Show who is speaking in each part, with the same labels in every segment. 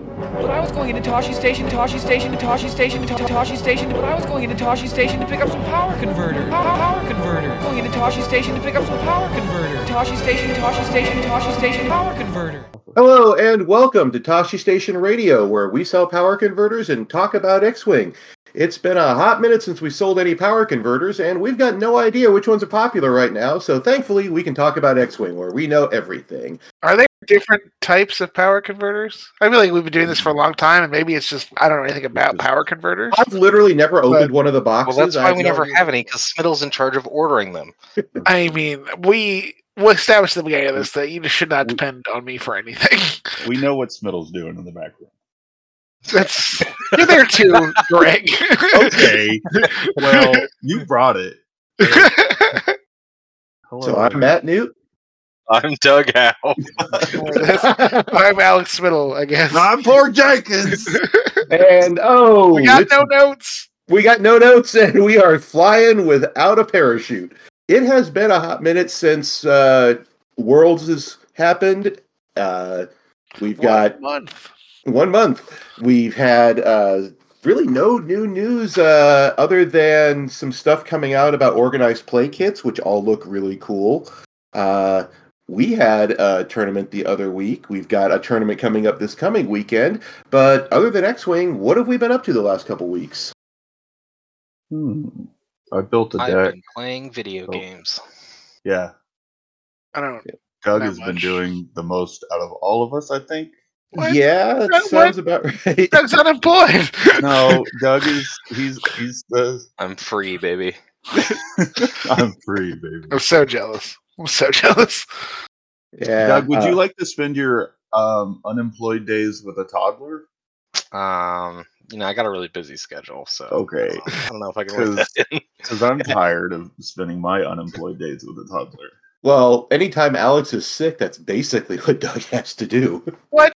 Speaker 1: When I was going into Toshi Station, Toshi Station, Toshi Station, to- Toshi Station, when I was going into Toshi Station to pick up some power converter, pow- power converter, going into Toshi Station to pick up some power converter, Toshi Station, Toshi Station, Toshi Station, power converter.
Speaker 2: Hello and welcome to Toshi Station Radio, where we sell power converters and talk about X-Wing. It's been a hot minute since we sold any power converters, and we've got no idea which ones are popular right now, so thankfully we can talk about X-Wing, where we know everything.
Speaker 3: Are there different types of power converters? I feel like we've been doing this for a long time, and maybe it's just I don't know anything about power converters.
Speaker 2: I've literally never opened one of the
Speaker 4: Well,
Speaker 2: boxes.
Speaker 4: that's
Speaker 2: I
Speaker 4: why we
Speaker 2: no
Speaker 4: never
Speaker 2: idea.
Speaker 4: have any because Smittle's in charge of ordering them.
Speaker 3: I mean, we we established at the beginning of this that you should
Speaker 5: Mm.
Speaker 3: not depend on me for anything.
Speaker 5: We know what Smittle's doing in the background.
Speaker 3: That's you're there too, Greg.
Speaker 5: Okay. well, you brought it.
Speaker 2: So I'm Matt Newt.
Speaker 4: I'm Doug Howe.
Speaker 3: I'm Alex Middle, I guess.
Speaker 5: I'm poor Jenkins.
Speaker 2: and oh,
Speaker 3: we got
Speaker 2: it's-
Speaker 3: no notes.
Speaker 2: We got no notes, and we are flying without a parachute. It has been a hot minute since uh, Worlds has happened. Uh, we've got
Speaker 3: One month.
Speaker 2: one month. We've had uh, really no new news uh, other than some stuff coming out about organized play kits, which all look really cool. Uh, we had a tournament the other week. We've got a tournament coming up this coming weekend. But other than X Wing, what have we been up to the last couple weeks?
Speaker 5: Hmm. I built a
Speaker 4: I've
Speaker 5: deck.
Speaker 4: been playing video
Speaker 5: Oh.
Speaker 4: games.
Speaker 5: Yeah.
Speaker 3: I don't
Speaker 5: Doug
Speaker 3: Not
Speaker 5: has been
Speaker 3: much.
Speaker 5: doing the most out of all of us, I think.
Speaker 3: What?
Speaker 2: Yeah, that
Speaker 3: What?
Speaker 2: sounds about right.
Speaker 3: Doug's unemployed.
Speaker 5: No, Doug is he's he's the
Speaker 4: I'm free, baby.
Speaker 5: I'm free, baby.
Speaker 3: I'm so jealous. I'm so jealous.
Speaker 2: Yeah,
Speaker 5: Doug, would
Speaker 2: uh,
Speaker 5: you like to spend your um, unemployed days with a toddler?
Speaker 4: Um, you know, I got a really busy schedule, so um,
Speaker 5: Okay.
Speaker 4: I don't know if I can work
Speaker 5: Because-
Speaker 4: that in.
Speaker 5: Because I'm tired of spending my unemployed days with a toddler.
Speaker 2: Well, anytime Alex is sick, that's basically what Doug has to do.
Speaker 3: What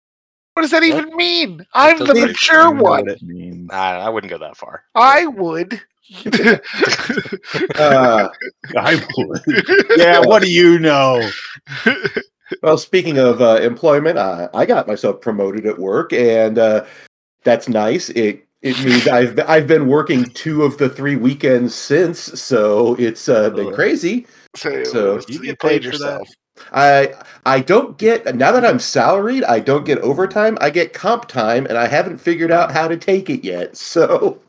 Speaker 3: does that even mean? I'm the
Speaker 4: doesn't even
Speaker 3: mature
Speaker 5: You know
Speaker 3: one.
Speaker 5: what it means.
Speaker 4: I, I wouldn't go that far.
Speaker 3: I would.
Speaker 2: Uh,
Speaker 5: I would. yeah, what do you know?
Speaker 2: well, speaking of uh, employment, I, I got myself promoted at work, and uh, that's nice. It it means I've been- I've been working two of the three weekends since, so it's uh, been
Speaker 5: Oh.
Speaker 2: crazy.
Speaker 3: so,
Speaker 2: So-
Speaker 5: You
Speaker 3: you,
Speaker 5: get
Speaker 3: played
Speaker 5: paid for
Speaker 3: yourself.
Speaker 2: I I don't get now that I'm salaried, I don't get overtime. I get comp time, and I haven't figured out how to take it yet. So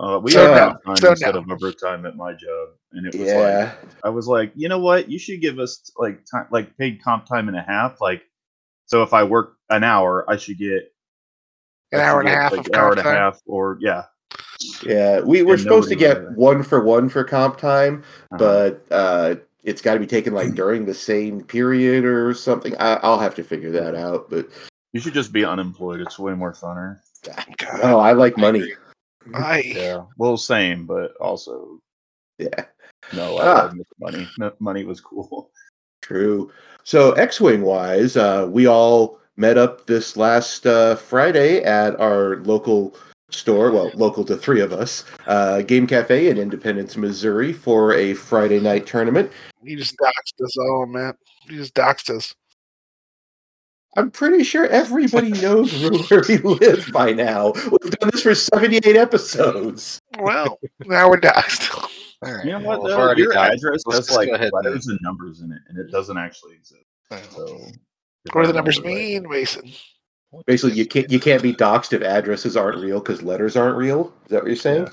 Speaker 5: Uh, we
Speaker 3: So
Speaker 5: had
Speaker 3: no.
Speaker 5: time
Speaker 3: So
Speaker 5: instead
Speaker 3: no.
Speaker 5: of overtime at my job, and it was like
Speaker 2: yeah,
Speaker 5: I was like, you know what? You should give us like time, like paid comp time and a half. Like, so if I work an hour, I should get
Speaker 3: An
Speaker 5: I should
Speaker 3: hour and a
Speaker 5: get,
Speaker 3: half
Speaker 5: like,
Speaker 3: of
Speaker 5: an hour and a
Speaker 3: contact.
Speaker 5: half, or yeah. uh-huh.
Speaker 2: yeah, we were
Speaker 5: And
Speaker 2: supposed to
Speaker 5: nobody
Speaker 2: get
Speaker 5: would do that.
Speaker 2: one for one for comp time.
Speaker 5: Uh-huh.
Speaker 2: but uh, it's got to be taken like during the same period or something. I, I'll have to figure that out. But
Speaker 5: you should just be unemployed. It's way more funner.
Speaker 3: God,
Speaker 2: oh, I like money.
Speaker 3: I,
Speaker 5: Uh, Yeah, well, same, but also
Speaker 2: Yeah,
Speaker 5: no.
Speaker 2: Ah.
Speaker 5: I love money. No, money was cool.
Speaker 2: true. So X Wing wise, uh, we all met up this last uh, Friday at our local store. Well, local to three of us, uh, Game Cafe in Independence, Missouri, for a Friday night tournament.
Speaker 3: you just doxed us all, man. You just doxed us.
Speaker 2: I'm pretty sure everybody knows where we live by now. We've done this for 78 episodes.
Speaker 3: Well, now we're doxed.
Speaker 4: All right.
Speaker 5: You know what?
Speaker 4: well, I've
Speaker 5: though?
Speaker 4: already
Speaker 5: Your
Speaker 4: got-
Speaker 5: address
Speaker 4: let's
Speaker 5: has
Speaker 4: just
Speaker 5: like
Speaker 4: go ahead and-
Speaker 5: letters and numbers in it, and it doesn't actually exist.
Speaker 4: uh,
Speaker 5: So, if
Speaker 3: What
Speaker 5: I
Speaker 3: do the numbers
Speaker 5: remember right.
Speaker 3: mean, Mason?
Speaker 2: Basically, you can't you can't be doxxed if addresses aren't real because letters aren't real. Is that what you're saying?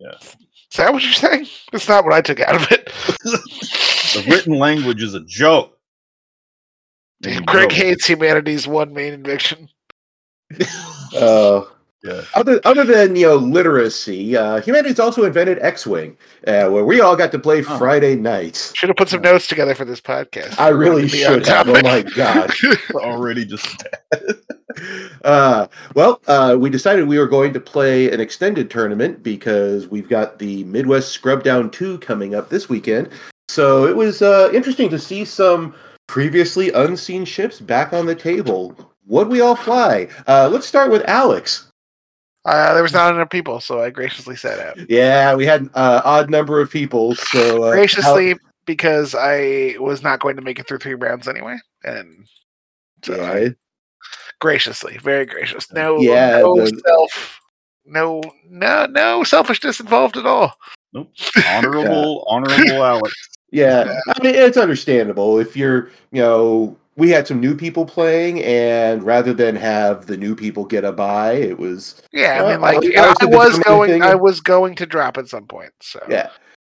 Speaker 3: Is that what you're saying? That's not what I took out of it.
Speaker 5: The written language is a joke.
Speaker 3: Damn,
Speaker 5: It's a
Speaker 3: Greg
Speaker 5: joke.
Speaker 3: hates humanity's one main invention.
Speaker 2: Uh,
Speaker 5: Yeah.
Speaker 2: other other than you know literacy, uh, humanity's also invented X-wing, uh, where we all got to play
Speaker 5: Huh.
Speaker 3: Oh.
Speaker 2: Friday nights.
Speaker 3: Should have put some notes together for this podcast.
Speaker 2: I really
Speaker 3: To be on
Speaker 2: should have. Oh
Speaker 3: topic.
Speaker 2: my god.
Speaker 5: already just
Speaker 2: Uh, well, uh, we decided we were going to play an extended tournament because we've got the Midwest Scrub Down 2 coming up this weekend. So it was uh, interesting to see some previously unseen ships back on the table. Would we all fly? Uh, let's start with Alex.
Speaker 3: Uh, there was not enough people, so I graciously sat out.
Speaker 2: Yeah, we had an uh, odd number of people. So uh,
Speaker 3: graciously because I was not going to make it through three rounds anyway, and
Speaker 2: Al-
Speaker 3: so
Speaker 2: yeah,
Speaker 3: I
Speaker 2: it-
Speaker 3: graciously, very gracious. No,
Speaker 2: Yeah,
Speaker 3: no
Speaker 2: the-
Speaker 3: self, no, no, no selfishness involved at all.
Speaker 5: Honorable, honorable Alex.
Speaker 2: Yeah, I mean it's understandable if you're, you know, we had some new people playing, and rather than have the new people get a buy, it was
Speaker 3: Yeah, I
Speaker 2: Well,
Speaker 3: mean, like,
Speaker 2: I was-
Speaker 3: and
Speaker 2: I was
Speaker 3: I
Speaker 2: the
Speaker 3: was
Speaker 2: determining
Speaker 3: going,
Speaker 2: thing.
Speaker 3: I was going to drop at some point. So
Speaker 2: yeah,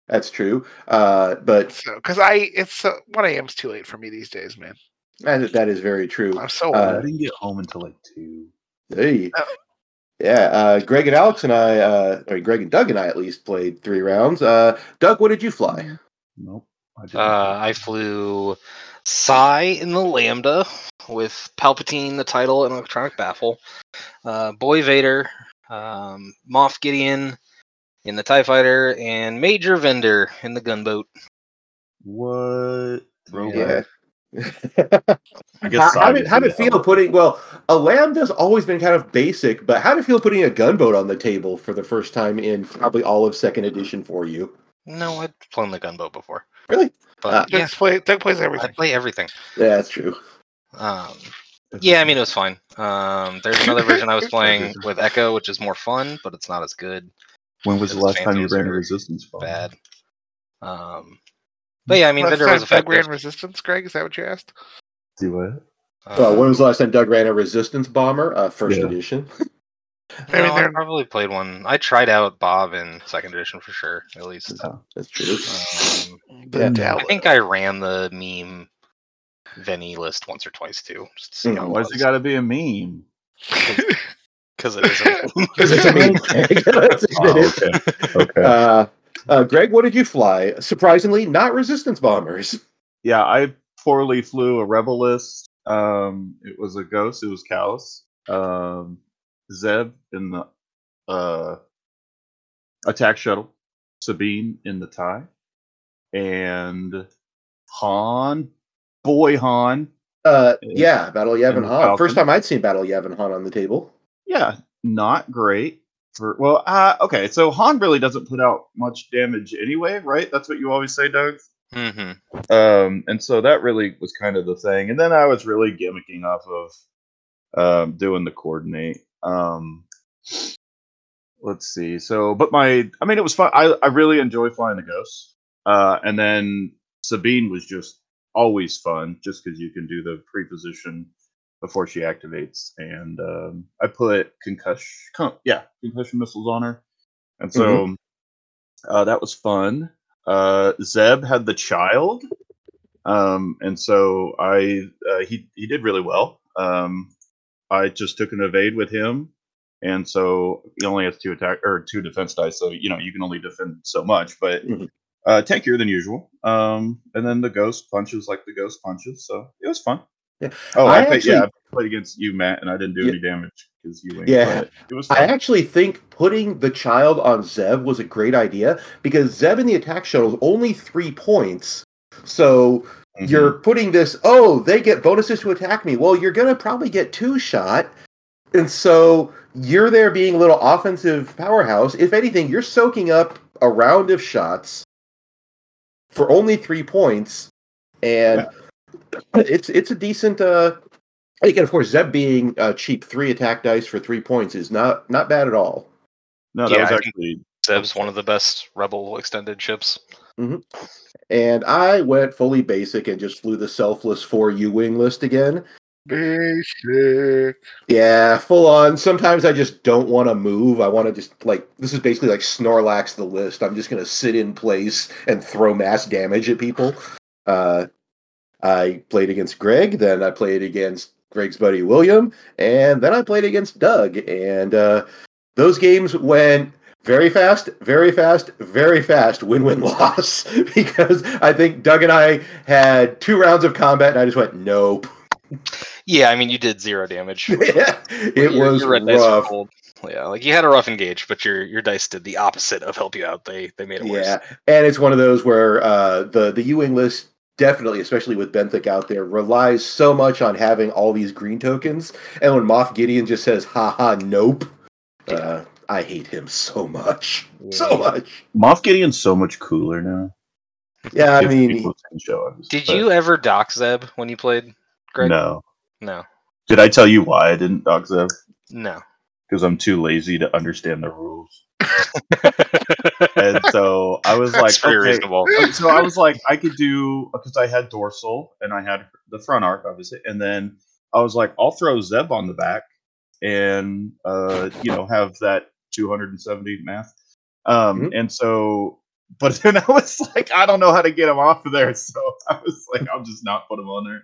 Speaker 2: that's true. Uh, but
Speaker 3: so because I, it's so, one a.m.'s too late for me these days, man.
Speaker 2: that that is very true.
Speaker 3: I'm so
Speaker 2: Uh,
Speaker 5: I didn't get home until like two.
Speaker 2: Hey.
Speaker 3: Oh.
Speaker 2: Yeah, uh, Greg and Alex and I, uh, or Greg and Doug and I at least played three rounds. Uh, Doug, what did you fly?
Speaker 5: Nope. I didn't.
Speaker 4: Uh, I flew Psy in the Lambda with Palpatine, the title, and Electronic Baffle. Uh, Boy Vader, um, Moff Gideon in the TIE Fighter, and Major Vendor in the gunboat.
Speaker 5: what? Throwback.
Speaker 4: Yeah.
Speaker 5: I
Speaker 2: How,
Speaker 5: guess
Speaker 2: how did how did it feel putting? Well, a lambda's always been kind of basic, but how did it feel putting a gunboat on the table for the first time in probably all of second edition for you?
Speaker 4: No, I've flown the gunboat before.
Speaker 2: Really?
Speaker 4: But
Speaker 2: Ah.
Speaker 3: Doug
Speaker 4: yes,
Speaker 3: play, Doug plays
Speaker 4: I
Speaker 3: everything.
Speaker 4: play everything.
Speaker 2: Yeah, that's true.
Speaker 4: Um, yeah, I mean, it was fine. Um, there's another version I was playing with Echo, which is more fun, but it's not as good.
Speaker 5: When was the last time you
Speaker 4: Phantoms
Speaker 5: ran a
Speaker 4: are
Speaker 5: resistance phone?
Speaker 4: Bad. Um, but yeah, I mean,
Speaker 3: Last
Speaker 4: Vendor was
Speaker 3: time Doug ran
Speaker 4: effective.
Speaker 3: resistance, Greg. Is that what you asked?
Speaker 5: Do it.
Speaker 2: Uh,
Speaker 4: Um,
Speaker 2: when was the last time Doug ran a resistance bomber? Uh, first
Speaker 5: Yeah.
Speaker 2: edition.
Speaker 3: I mean,
Speaker 4: No,
Speaker 3: they're-
Speaker 4: I probably played one. I tried out Bob in second edition for sure, at least.
Speaker 2: That's true.
Speaker 4: Um,
Speaker 3: The
Speaker 2: Yeah.
Speaker 3: Dell-
Speaker 4: I think I ran the meme Venny list once or twice too, just to see
Speaker 2: Hmm.
Speaker 4: how
Speaker 5: Why's it got to be a meme?
Speaker 4: Because it isn't.
Speaker 2: Because it's a meme. That's what it
Speaker 5: Oh,
Speaker 2: is.
Speaker 5: okay.
Speaker 2: Uh, uh, Greg, what did you fly? Surprisingly, not resistance bombers.
Speaker 5: yeah, I poorly flew a rebel list. Um, it was a ghost. It was Callus, um, Zeb in the uh, attack shuttle, Sabine in the tie, and Han, boy Han.
Speaker 2: Uh,
Speaker 5: Yeah.
Speaker 2: yeah, Battle of Yavin
Speaker 5: the
Speaker 2: Han. First
Speaker 5: Falcon.
Speaker 2: time I'd seen Battle of Yavin Han on the table.
Speaker 5: Yeah, not great. For well, uh, okay. So Han really doesn't put out much damage anyway, right? That's what you always say, Doug.
Speaker 4: mm-hmm.
Speaker 5: um, and so that really was kind of the thing. And then I was really gimmicking off of um, doing the coordinate. Um, let's see. So, but my, I mean, it was fun. I, I really enjoy flying the ghosts. Uh, and then Sabine was just always fun, just because you can do the preposition before she activates. And um, I put concussion, con- yeah, concussion missiles on her, and so uh, that was fun. Uh, Zeb had the child, um, and so I uh, he he did really well. Um, I just took an evade with him, and so he only has two attack or two defense dice, so you know you can only defend so much, but
Speaker 2: Mhm.
Speaker 5: uh, tankier than usual. Um, and then the ghost punches like the ghost punches, so it was fun.
Speaker 2: Yeah.
Speaker 5: Oh, I,
Speaker 2: I
Speaker 5: played, yeah,
Speaker 2: actually-
Speaker 5: I played against you, Matt, and I didn't do
Speaker 2: Yeah.
Speaker 5: any damage because you. ain't
Speaker 2: Yeah.
Speaker 5: but it was. Fun.
Speaker 2: I actually think putting the child on Zeb was a great idea because Zeb in the attack shuttle is only three points. So
Speaker 5: Mhm.
Speaker 2: you're putting this, oh, they get bonuses to attack me. Well, you're going to probably get two shot. And so you're there being a little offensive powerhouse. If anything, you're soaking up a round of shots for only three points. And it's it's a decent uh again of course Zeb being uh, cheap three attack dice for three points is not not bad at all.
Speaker 5: no, that
Speaker 4: Yeah,
Speaker 5: was
Speaker 4: I think-
Speaker 5: actually
Speaker 4: Zeb's one of the best Rebel extended ships.
Speaker 2: And I went fully basic and just flew the selfless four U wing list again.
Speaker 3: Basic.
Speaker 2: Yeah, full on. Sometimes I just don't want to move. I want to just like this is basically like Snorlax the list. I'm just gonna sit in place and throw mass damage at people. Uh, I played against Greg, then I played against Greg's buddy William, and then I played against Doug. And uh, those games went very fast, very fast, very fast. Win win loss because I think Doug and I had two rounds of combat, and I just went nope.
Speaker 4: Yeah, I mean, you did zero damage.
Speaker 2: it
Speaker 4: Your-
Speaker 2: was
Speaker 4: your red dice were
Speaker 2: rough.
Speaker 4: cold. Yeah, like you had a rough engage, but your your dice did the opposite of help you out. They they made it
Speaker 2: Yeah,
Speaker 4: worse.
Speaker 2: and it's one of those where uh, the the Ewing list definitely, especially with Benthic out there, relies so much on having all these green tokens. And when Moff Gideon just says, "Ha ha, nope," uh, I hate him so much, so
Speaker 4: Yeah.
Speaker 2: much.
Speaker 5: Moff Gideon's so much cooler now.
Speaker 2: Yeah, I
Speaker 5: If
Speaker 2: mean,
Speaker 5: people can show us,
Speaker 4: Did
Speaker 5: but
Speaker 4: you ever dock Zeb when you played, Greg?
Speaker 5: No,
Speaker 4: No.
Speaker 5: Did I tell you why I didn't dog Zev?
Speaker 4: No.
Speaker 5: Because I'm too lazy to understand the rules. And so I was like,
Speaker 4: That's very
Speaker 5: okay.
Speaker 4: reasonable.
Speaker 5: so I was like, I could do because I had dorsal and I had the front arc, obviously, and then I was like, I'll throw Zeb on the back and uh, you know have that 270 math. Um,
Speaker 2: Mhm.
Speaker 5: And so, but then I was like, I don't know how to get him off of there, so I was like, I'll just not put him on there.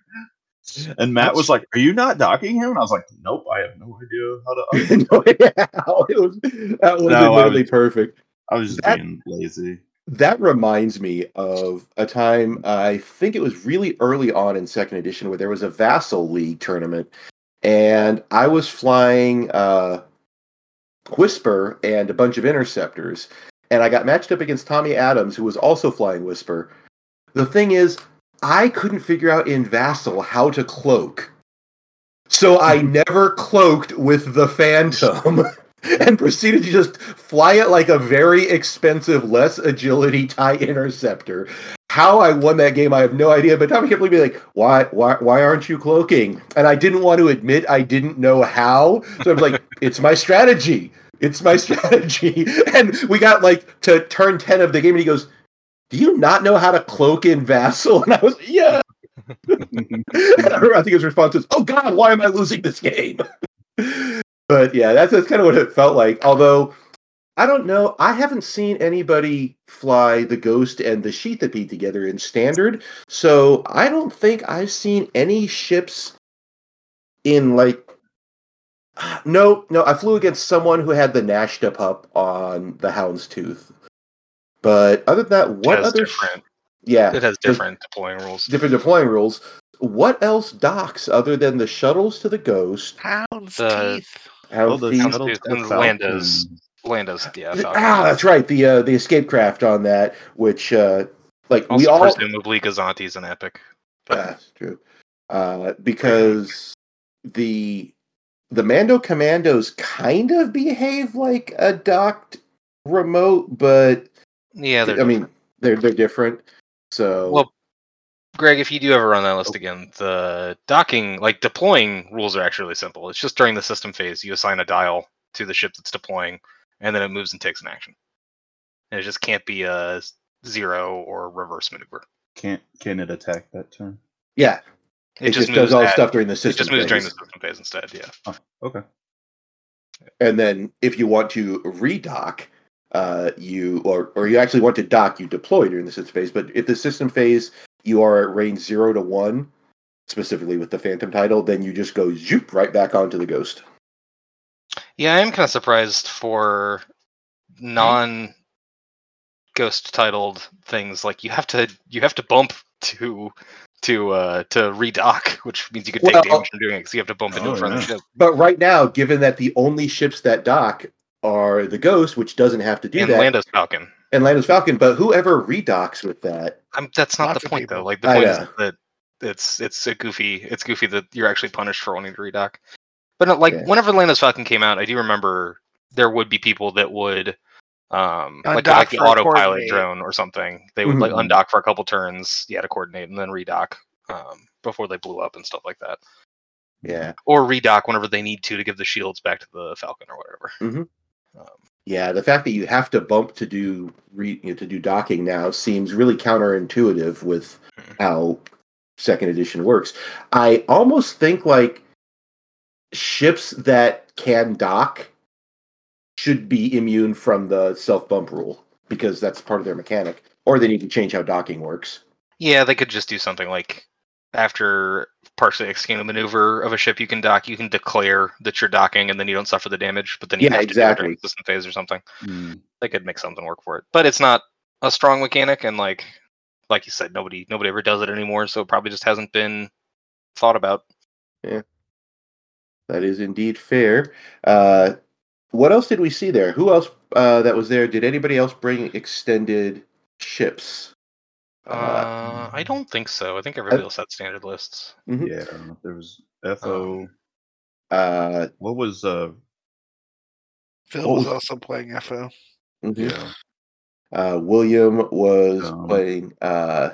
Speaker 5: And Matt was like, "Are you not docking him?" And I was like, "Nope, I have no idea how to."
Speaker 2: no, yeah, it was, that was
Speaker 5: No, I
Speaker 2: literally
Speaker 5: was-
Speaker 2: perfect.
Speaker 5: I was just
Speaker 2: That-
Speaker 5: being lazy.
Speaker 2: That reminds me of a time I think it was really early on in second edition where there was a Vassal League tournament, and I was flying uh, Whisper and a bunch of interceptors, and I got matched up against Tommy Adams, who was also flying Whisper. The thing is, I couldn't figure out in Vassal how to cloak, so I never cloaked with the Phantom. and proceeded to just fly it like a very expensive, less agility tie interceptor. How I won that game, I have no idea. But Tommy kept looking at me like, "Why, why, why aren't you cloaking?" And I didn't want to admit I didn't know how, so I was like, "It's my strategy. It's my strategy." And we got like to turn ten of the game, and he goes, "Do you not know how to cloak in Vassal?" And I was, "Yeah." And I remember- I think his response was, "Oh God, why am I losing this game?" But yeah, that's that's kind of what it felt like. Although I don't know, I haven't seen anybody fly the Ghost and the Sheathapede together in standard, so I don't think I've seen any ships in like. No, no, I flew against someone who had the Nashta pup on the Houndstooth. But other than that, what
Speaker 4: it has
Speaker 2: other? sh-
Speaker 4: different?
Speaker 2: yeah,
Speaker 4: It has different deploying rules.
Speaker 2: different deploying rules. What else docks other than the shuttles to the ghost?
Speaker 3: Hound's
Speaker 4: The-
Speaker 3: teeth.
Speaker 2: How
Speaker 5: the
Speaker 2: the-
Speaker 5: shuttle
Speaker 4: Houndstooth
Speaker 5: to
Speaker 4: and Lando's.
Speaker 5: Falcon.
Speaker 4: Lando's, yeah. Falcon.
Speaker 2: ah, that's right. The uh, the escape craft on that, which uh, like
Speaker 4: Also,
Speaker 2: we all
Speaker 4: presumably Gazanti's an epic.
Speaker 2: Yeah, that's true. Uh, because the the Mando Commandos kind of behave like a docked remote, but
Speaker 4: Yeah,
Speaker 2: I
Speaker 4: they're
Speaker 2: mean they're they're different. So Oh.
Speaker 4: Well, Greg, if you do ever run that list again, the docking, like deploying rules are actually really simple. It's just during the system phase, you assign a dial to the ship that's deploying, and then it moves and takes an action. And it just can't be a zero or reverse maneuver.
Speaker 5: Can't can it attack that turn?
Speaker 2: yeah,
Speaker 4: It,
Speaker 2: it, just, does all
Speaker 4: at-
Speaker 2: stuff during the
Speaker 4: It
Speaker 2: system.
Speaker 4: just moves during the
Speaker 2: phase.
Speaker 4: system phase instead. Yeah.
Speaker 5: Okay.
Speaker 2: And then if you want to redock, uh, you or or you actually want to dock, you deploy during the system phase. But if the system phase you are at range zero to one, specifically with the Phantom title, then you just go zoop right back onto the Ghost.
Speaker 4: Yeah, I am kind of surprised for non ghost titled things like you have to you have to bump to to uh to redock, which means you could take
Speaker 2: Well-
Speaker 4: damage from doing it because you have to bump into
Speaker 5: Oh,
Speaker 4: a front
Speaker 5: yeah.
Speaker 4: of the ship.
Speaker 2: But right now, given that the only ships that dock are the Ghost, which doesn't have to do
Speaker 4: and
Speaker 2: that,
Speaker 4: Lando's Falcon.
Speaker 2: and Lando's Falcon, but whoever redocks with that,
Speaker 4: I'm, that's not
Speaker 3: Lots
Speaker 4: the
Speaker 3: of
Speaker 4: point though.
Speaker 3: people.
Speaker 4: Like the
Speaker 2: I
Speaker 4: point is
Speaker 2: know.
Speaker 4: that it's it's a goofy it's goofy that you're actually punished for wanting to redock. But no, like
Speaker 2: Yeah.
Speaker 4: whenever Lando's Falcon came out, I do remember there would be people that would um like,
Speaker 3: Undock
Speaker 4: like the
Speaker 3: for a
Speaker 4: autopilot
Speaker 3: coordinate. Mm-hmm.
Speaker 4: drone or something. They would like
Speaker 2: Mhm.
Speaker 4: undock for a couple turns, yeah, to coordinate and then redock um before they blew up and stuff like that.
Speaker 2: yeah,
Speaker 4: Or redock whenever they need to to give the shields back to the Falcon or whatever.
Speaker 2: Mhm.
Speaker 4: Um,
Speaker 2: yeah, the fact that you have to bump to do re, you know, to do docking now seems really counterintuitive with
Speaker 4: Mhm.
Speaker 2: how Second Edition works. I almost think like ships that can dock should be immune from the self bump rule because that's part of their mechanic, or they need to change how docking works.
Speaker 4: Yeah, they could just do something like after partially executing a maneuver of a ship, you can dock. You can declare that you're docking, and then you don't suffer the damage. But then you
Speaker 2: Yeah,
Speaker 4: have to do it during
Speaker 2: exactly.
Speaker 4: the system phase or something.
Speaker 5: Hmm.
Speaker 4: They could make something work for it, but it's not a strong mechanic, and like like you said, nobody nobody ever does it anymore, so it probably just hasn't been thought about.
Speaker 2: That is indeed fair. Uh, what else did we see there? Who else uh, that was there? Did anybody else bring extended ships?
Speaker 4: Uh,
Speaker 2: Uh,
Speaker 4: I don't think so. I think everybody else had standard lists.
Speaker 2: Mhm.
Speaker 5: Yeah, I don't know if there was FO.
Speaker 2: Uh,
Speaker 5: what was uh?
Speaker 3: Phil
Speaker 2: What
Speaker 3: was
Speaker 2: was-
Speaker 3: also playing FO.
Speaker 2: mhm.
Speaker 5: Mm-hmm. Yeah,
Speaker 2: uh, William was
Speaker 5: Um,
Speaker 2: playing. Uh,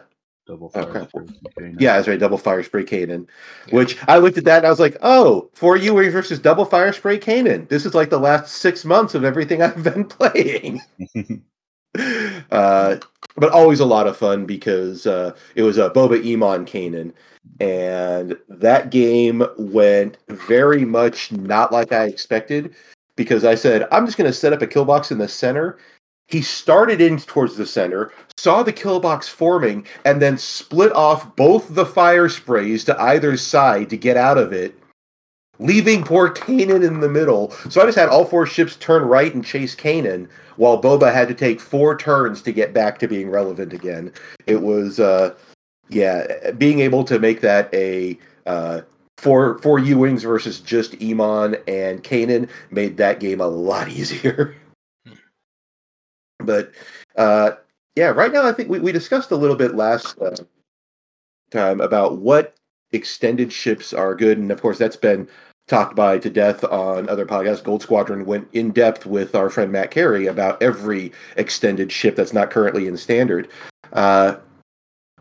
Speaker 5: Double
Speaker 2: Oh,
Speaker 5: fire.
Speaker 2: crap.
Speaker 5: Okay,
Speaker 2: Yeah, that's right. Double fire spray Kanan,
Speaker 4: Yeah.
Speaker 2: which I looked at that and I was like, oh, four you versus double fire spray Kanan. This is like the last six months of everything I've been playing. uh, but always a lot of fun because uh, it was a Boba Iman Kanan, and that game went very much not like I expected because I said I'm just going to set up a kill box in the center. He started in towards the center, saw the kill box forming, and then split off both the fire sprays to either side to get out of it. Leaving poor Kanan in the middle. So I just had all four ships turn right and chase Kanan while Boba had to take four turns to get back to being relevant again. It was, uh, yeah, being able to make that a uh, four four U wings versus just Emon and Kanan made that game a lot easier. but uh, yeah, right now I think we, we discussed a little bit last uh, time about what extended ships are good, and of course that's been talked by to death on other podcasts. Gold Squadron went in depth with our friend Matt Carey about every extended ship that's not currently in standard. Uh,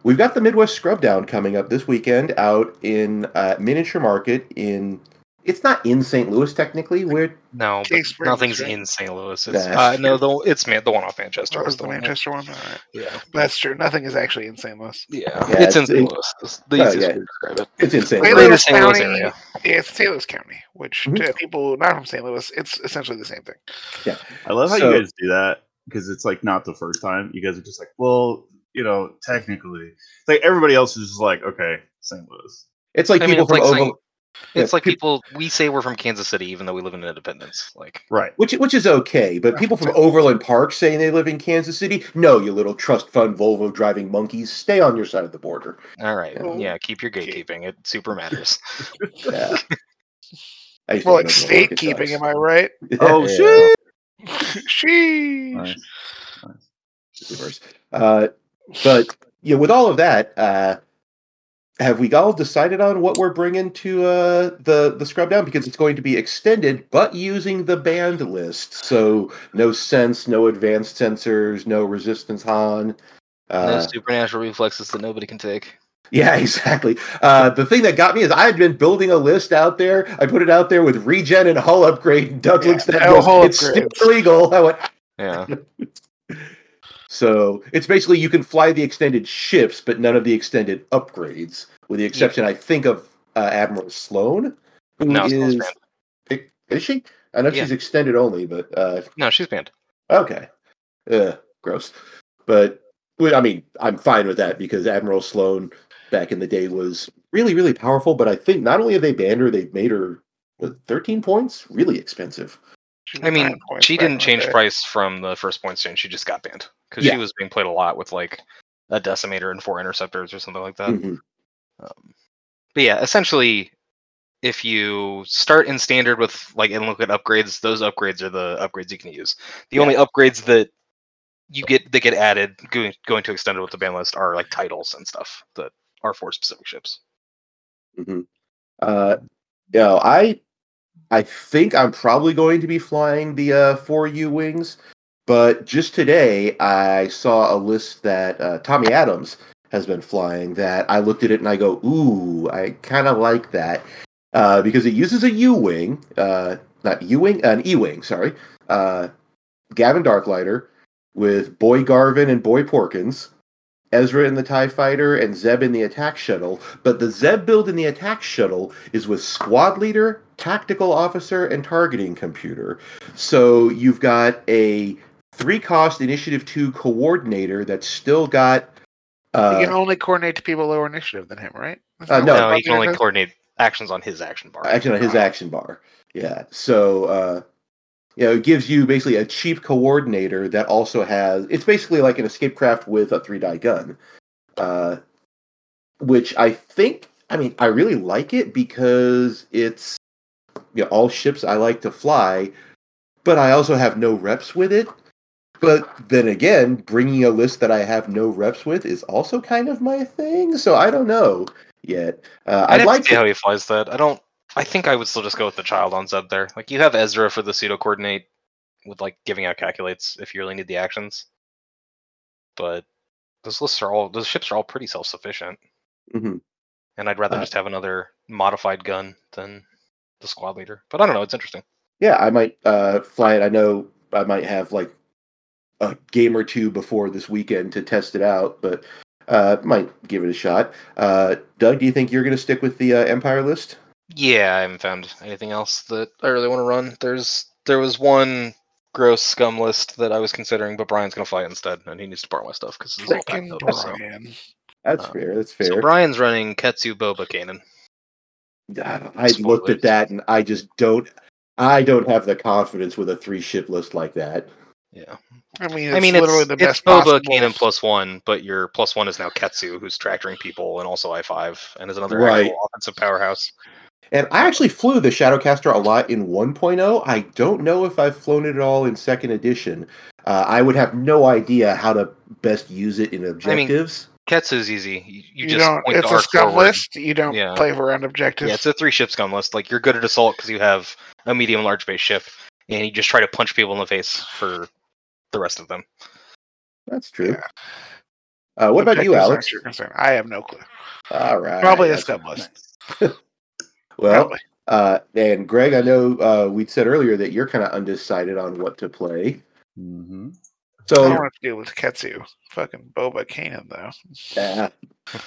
Speaker 2: we've got the Midwest Scrub Down coming up this weekend out in uh, Miniature Market in. It's not in St. Louis technically. We're
Speaker 4: No, but
Speaker 3: Cave Springs,
Speaker 4: nothing's
Speaker 3: right?
Speaker 4: in St. Louis. It's,
Speaker 2: That's
Speaker 4: uh, no, the, it's man, the one off Manchester.
Speaker 3: That
Speaker 4: is
Speaker 3: was the
Speaker 4: one.
Speaker 3: Manchester one. All right.
Speaker 4: Yeah.
Speaker 3: That's true. Nothing is actually in St. Louis.
Speaker 4: yeah,
Speaker 2: Yeah,
Speaker 4: it's in
Speaker 2: it's-
Speaker 4: St. Louis. It's the
Speaker 2: Oh,
Speaker 4: easiest
Speaker 2: yeah.
Speaker 4: way to describe it.
Speaker 2: it's in St.
Speaker 3: St.
Speaker 2: Louis.
Speaker 4: Greater
Speaker 3: Louis
Speaker 4: St. Louis
Speaker 3: County.
Speaker 4: area.
Speaker 3: Yeah, it's St. Louis County, which
Speaker 2: Mm-hmm.
Speaker 3: to people not from St. Louis, it's essentially the same thing.
Speaker 5: I love how
Speaker 2: So-
Speaker 5: you guys do that because it's like not the first time. You guys are just like, well, you know, technically, it's like everybody else is just like, okay, St. Louis.
Speaker 2: It's like
Speaker 4: I mean,
Speaker 2: people
Speaker 4: it's like
Speaker 2: from Oval,
Speaker 4: saying- It's
Speaker 2: Yeah,
Speaker 4: like
Speaker 2: peop-
Speaker 4: people we say we're from Kansas City, even though we live in Independence. Like,
Speaker 5: Right.
Speaker 2: which which is okay, but people from Overland Park saying they live in Kansas City, no, you little trust fund Volvo driving monkeys, stay on your side of the border.
Speaker 4: all right,
Speaker 3: Oh.
Speaker 2: Yeah.
Speaker 4: yeah, keep your gatekeeping. It super matters.
Speaker 2: Yeah. I used to
Speaker 3: Well,
Speaker 2: live in Overland
Speaker 3: like
Speaker 2: Park,
Speaker 3: state
Speaker 2: it
Speaker 3: keeping,
Speaker 2: sucks.
Speaker 3: am I right?
Speaker 5: Oh
Speaker 2: Yeah.
Speaker 5: shit.
Speaker 3: Sheesh.
Speaker 5: Nice.
Speaker 2: Universe. Uh, but you know, with all of that, uh, have we all decided on what we're bringing to uh, the the scrub down because it's going to be extended, but using the band list, so no sense, no advanced sensors, no resistance Han.
Speaker 4: no
Speaker 2: Uh,
Speaker 4: supernatural reflexes that nobody can take.
Speaker 2: yeah, exactly. Uh, the thing that got me is I had been building a list out there. I put it out there with regen and hull upgrade. And Doug
Speaker 3: Yeah,
Speaker 2: looks at it
Speaker 3: no
Speaker 2: and goes,
Speaker 3: hull
Speaker 2: It's still
Speaker 3: upgrades."
Speaker 2: illegal. I went,
Speaker 4: Yeah,
Speaker 2: So it's basically you can fly the extended ships, but none of the extended upgrades, with the exception, I think, of uh, Admiral Sloan, who
Speaker 4: No, Sloan's
Speaker 2: is I- is she? I know
Speaker 4: Yeah.
Speaker 2: she's extended only, but uh,
Speaker 4: no, she's banned.
Speaker 2: okay, Ugh, gross. But well, I mean, I'm fine with that because Admiral Sloan back in the day was really, really powerful. But I think not only have they banned her, they've made her what, 13 points, really expensive.
Speaker 3: She was
Speaker 4: I mean,
Speaker 3: nine points
Speaker 4: she
Speaker 3: back in
Speaker 4: didn't
Speaker 3: the
Speaker 4: change
Speaker 3: day.
Speaker 4: price from the first point soon. She just got banned because
Speaker 2: Yeah.
Speaker 4: she was being played a lot with like a decimator and four interceptors or something like that.
Speaker 2: Mhm.
Speaker 4: Um, but yeah, essentially, if you start in standard with like and look at upgrades, those upgrades are the upgrades you can use. The only upgrades that you get that get added going going to extended with the ban list are like titles and stuff that are for specific ships.
Speaker 2: Mm-hmm. Uh, you know, I I think I'm probably going to be flying the uh, four U wings, but just today I saw a list that uh, Tommy Adams has been flying. That I looked at it and I go, ooh, I kind of like that uh, because it uses a U wing, uh, not U wing, an E wing, sorry. Uh, Gavin Darklighter with Boy Garvin and Boy Porkins. Ezra in the TIE fighter and Zeb in the attack shuttle, but the Zeb build in the attack shuttle is with squad leader, tactical officer, and targeting computer. So you've got a three cost initiative two coordinator that's still got.
Speaker 3: you can
Speaker 2: Uh,
Speaker 3: only coordinate to people lower initiative than him, right? Isn't
Speaker 2: Uh,
Speaker 3: that
Speaker 2: No,
Speaker 3: what
Speaker 4: No, you can only
Speaker 3: Buccaneer does?
Speaker 4: coordinate actions on his action bar.
Speaker 2: action on his action bar. Yeah. So, uh, you know, it gives you basically a cheap coordinator that also has. It's basically like an escape craft with a three die gun, uh, which I think. I mean, I really like it because it's you know, all ships I like to fly, but I also have no reps with it. But then again, bringing a list that I have no reps with is also kind of my thing. So I don't know yet. Uh,
Speaker 4: I'd
Speaker 2: I'd
Speaker 4: have
Speaker 2: like
Speaker 4: to see how he flies that. I don't. I think I would still just go with the child on Zeb there. Like you have Ezra for the pseudo coordinate with like giving out calculates if you really need the actions. But Those lists are all those ships are all pretty self sufficient,
Speaker 2: Mhm.
Speaker 4: and I'd rather
Speaker 2: Uh,
Speaker 4: just have another modified gun than the squad leader. But I don't know. It's interesting.
Speaker 2: Yeah, I might uh, fly it. I know I might have like a game or two before this weekend to test it out, but uh, might give it a shot. Uh, Doug, do you think you're going to stick with the uh, Empire list?
Speaker 4: Yeah, I haven't found anything else that I really want to run. There's there was one gross scum list that I was considering, but Brian's gonna fly it instead, and he needs to borrow my stuff because it's all packed
Speaker 3: Frickin'
Speaker 4: up. So.
Speaker 3: Brian.
Speaker 2: That's
Speaker 4: Um,
Speaker 2: fair. That's
Speaker 4: so
Speaker 2: fair.
Speaker 4: Brian's running Ketsu Boba Cannon.
Speaker 2: I I
Speaker 4: Just
Speaker 2: looked
Speaker 4: one
Speaker 2: at that and I just don't. I don't have the confidence with a three ship list like that.
Speaker 4: Yeah,
Speaker 3: I mean, it's
Speaker 4: I mean
Speaker 3: literally
Speaker 4: it's,
Speaker 3: the
Speaker 4: it's
Speaker 3: best
Speaker 4: Boba
Speaker 3: possible.
Speaker 4: Cannon plus one, but your plus one is now Ketsu, who's tractoring people and also I five, and is another
Speaker 2: Right.
Speaker 4: actual offensive powerhouse.
Speaker 2: And I actually flew the Shadowcaster a lot in 1.0. I don't know if I've flown it at all in second edition. Uh, I would have no idea how to best use it in objectives.
Speaker 4: Ketsu's easy. You, you
Speaker 3: You,
Speaker 4: just
Speaker 3: don't.
Speaker 4: point
Speaker 3: It's
Speaker 4: the
Speaker 3: a
Speaker 4: arc
Speaker 3: scum
Speaker 4: forward.
Speaker 3: list. You don't
Speaker 4: Yeah.
Speaker 3: play around objectives.
Speaker 4: Yeah, it's a three ship scum list. Like you're good at assault because you have a medium large base ship, and you just try to punch people in the face for the rest of them.
Speaker 2: That's true. Uh, what about you,
Speaker 3: Objectives aren't
Speaker 2: Alex?
Speaker 3: your concern. I have no clue.
Speaker 2: All right.
Speaker 3: Probably a
Speaker 2: that's-
Speaker 3: scum list.
Speaker 2: Well,
Speaker 3: Probably.
Speaker 2: uh, and Greg, I know uh, we'd said earlier that you're kind of undecided on what to play.
Speaker 5: Mm-hmm.
Speaker 3: I don't
Speaker 2: So,
Speaker 3: want to deal with Ketsu. Fucking Boba Kanan, though.
Speaker 2: uh,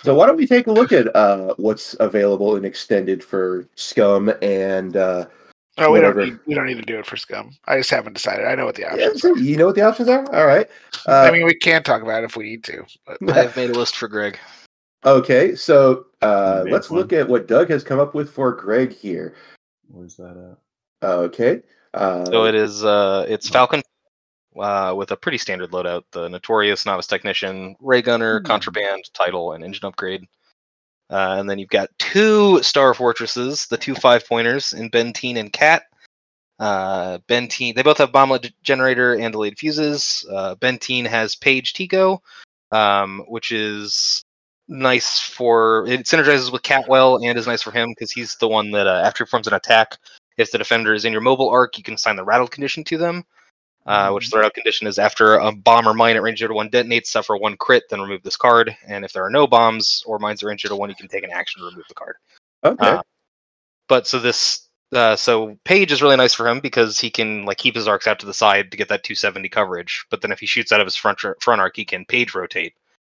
Speaker 2: so why don't we take a look at uh, what's available in extended for Scum and uh,
Speaker 3: Oh, we don't,
Speaker 2: Whatever.
Speaker 3: need, we don't need to do it for scum. I just haven't decided. I know what the
Speaker 2: yeah,
Speaker 3: options
Speaker 2: so you know what the options are. All right.
Speaker 3: are. I
Speaker 2: Uh,
Speaker 3: mean, we can talk about it if we need to. But
Speaker 4: I have made a list for Greg.
Speaker 2: Okay, so uh,
Speaker 5: Make
Speaker 2: let's look at what Doug has come up with for Greg here.
Speaker 5: Where's that at?
Speaker 2: Okay. Uh,
Speaker 4: So it is. Uh, it's Falcon uh, with a pretty standard loadout: the Notorious Novice Technician, Ray Gunner,
Speaker 5: Hmm.
Speaker 4: Contraband, Title, and Engine Upgrade. Uh, and then you've got two Star Fortresses, the two five pointers in Benteen and Cat. Uh, Benteen, they both have bomblet g- generator and delayed fuses. Uh, Benteen has Page Tico, um, which is nice for it synergizes with Catwell and is nice for him because he's the one that uh, after he performs an attack, if the defender is in your mobile arc, you can assign the rattle condition to them. Uh, which the rattle condition is after a bomb or mine at range zero to one detonates, suffer one crit, then remove this card. And if there are no bombs or mines at range zero to one, you can take an action to remove the card
Speaker 2: okay.
Speaker 4: uh, but so this uh, so Page is really nice for him because he can like keep his arcs out to the side to get that 270 coverage. But then if he shoots out of his front front arc, he can Page rotate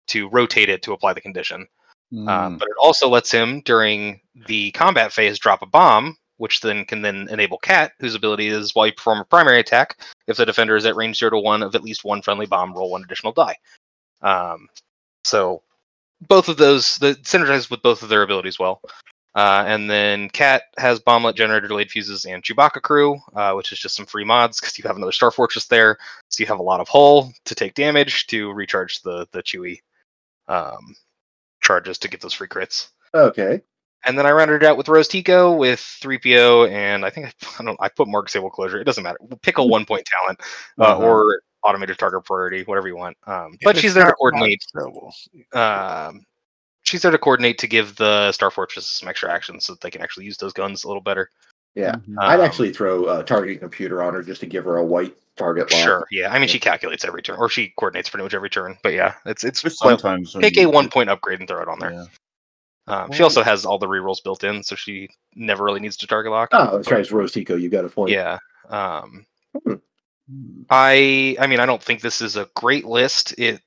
Speaker 4: to rotate it to apply the condition.
Speaker 5: Hmm.
Speaker 4: Uh, but it also lets him during the combat phase drop a bomb, which then can then enable Cat, whose ability is while you perform a primary attack, if the defender is at range zero to one of at least one friendly bomb, roll one additional die. Um, so both of those the synergize with both of their abilities well. Uh, and then Cat has bomblet generator, delayed fuses, and Chewbacca crew, uh, which is just some free mods because you have another Star Fortress there, so you have a lot of hull to take damage to recharge the the Chewie um, charges to get those free crits.
Speaker 2: okay.
Speaker 4: And then I rounded it out with Rose Tico with 3PO, and I think I, I don't I put Mark Sable closure. It doesn't matter. Pick a one point talent uh,
Speaker 5: Uh-huh.
Speaker 4: or automated target priority, whatever you want. Um,
Speaker 3: If
Speaker 4: but
Speaker 3: it's
Speaker 4: she's there to
Speaker 3: not
Speaker 4: coordinate
Speaker 3: non-sellable.
Speaker 4: um, she's there to coordinate to give the Star Fortress some extra actions so that they can actually use those guns a little better.
Speaker 2: Yeah.
Speaker 5: Mhm.
Speaker 2: I'd
Speaker 4: Um,
Speaker 2: actually throw a targeting computer on her just to give her a white target lock.
Speaker 4: Sure. Yeah. I mean,
Speaker 2: Yeah.
Speaker 4: she calculates every turn, or she coordinates pretty much every turn. But yeah, it's it's
Speaker 5: There's
Speaker 4: well,
Speaker 5: sometimes when
Speaker 4: pick a
Speaker 5: you-
Speaker 4: one point upgrade and throw it on there.
Speaker 5: Yeah.
Speaker 4: Um, she
Speaker 5: Well-
Speaker 4: also has all the rerolls built in, so she never really needs to target lock.
Speaker 2: Oh, that's
Speaker 4: but-
Speaker 2: right. It's Rose Tico. You got a point.
Speaker 4: Yeah. Um,
Speaker 5: Hmm.
Speaker 4: I I mean, I don't think this is a great list. It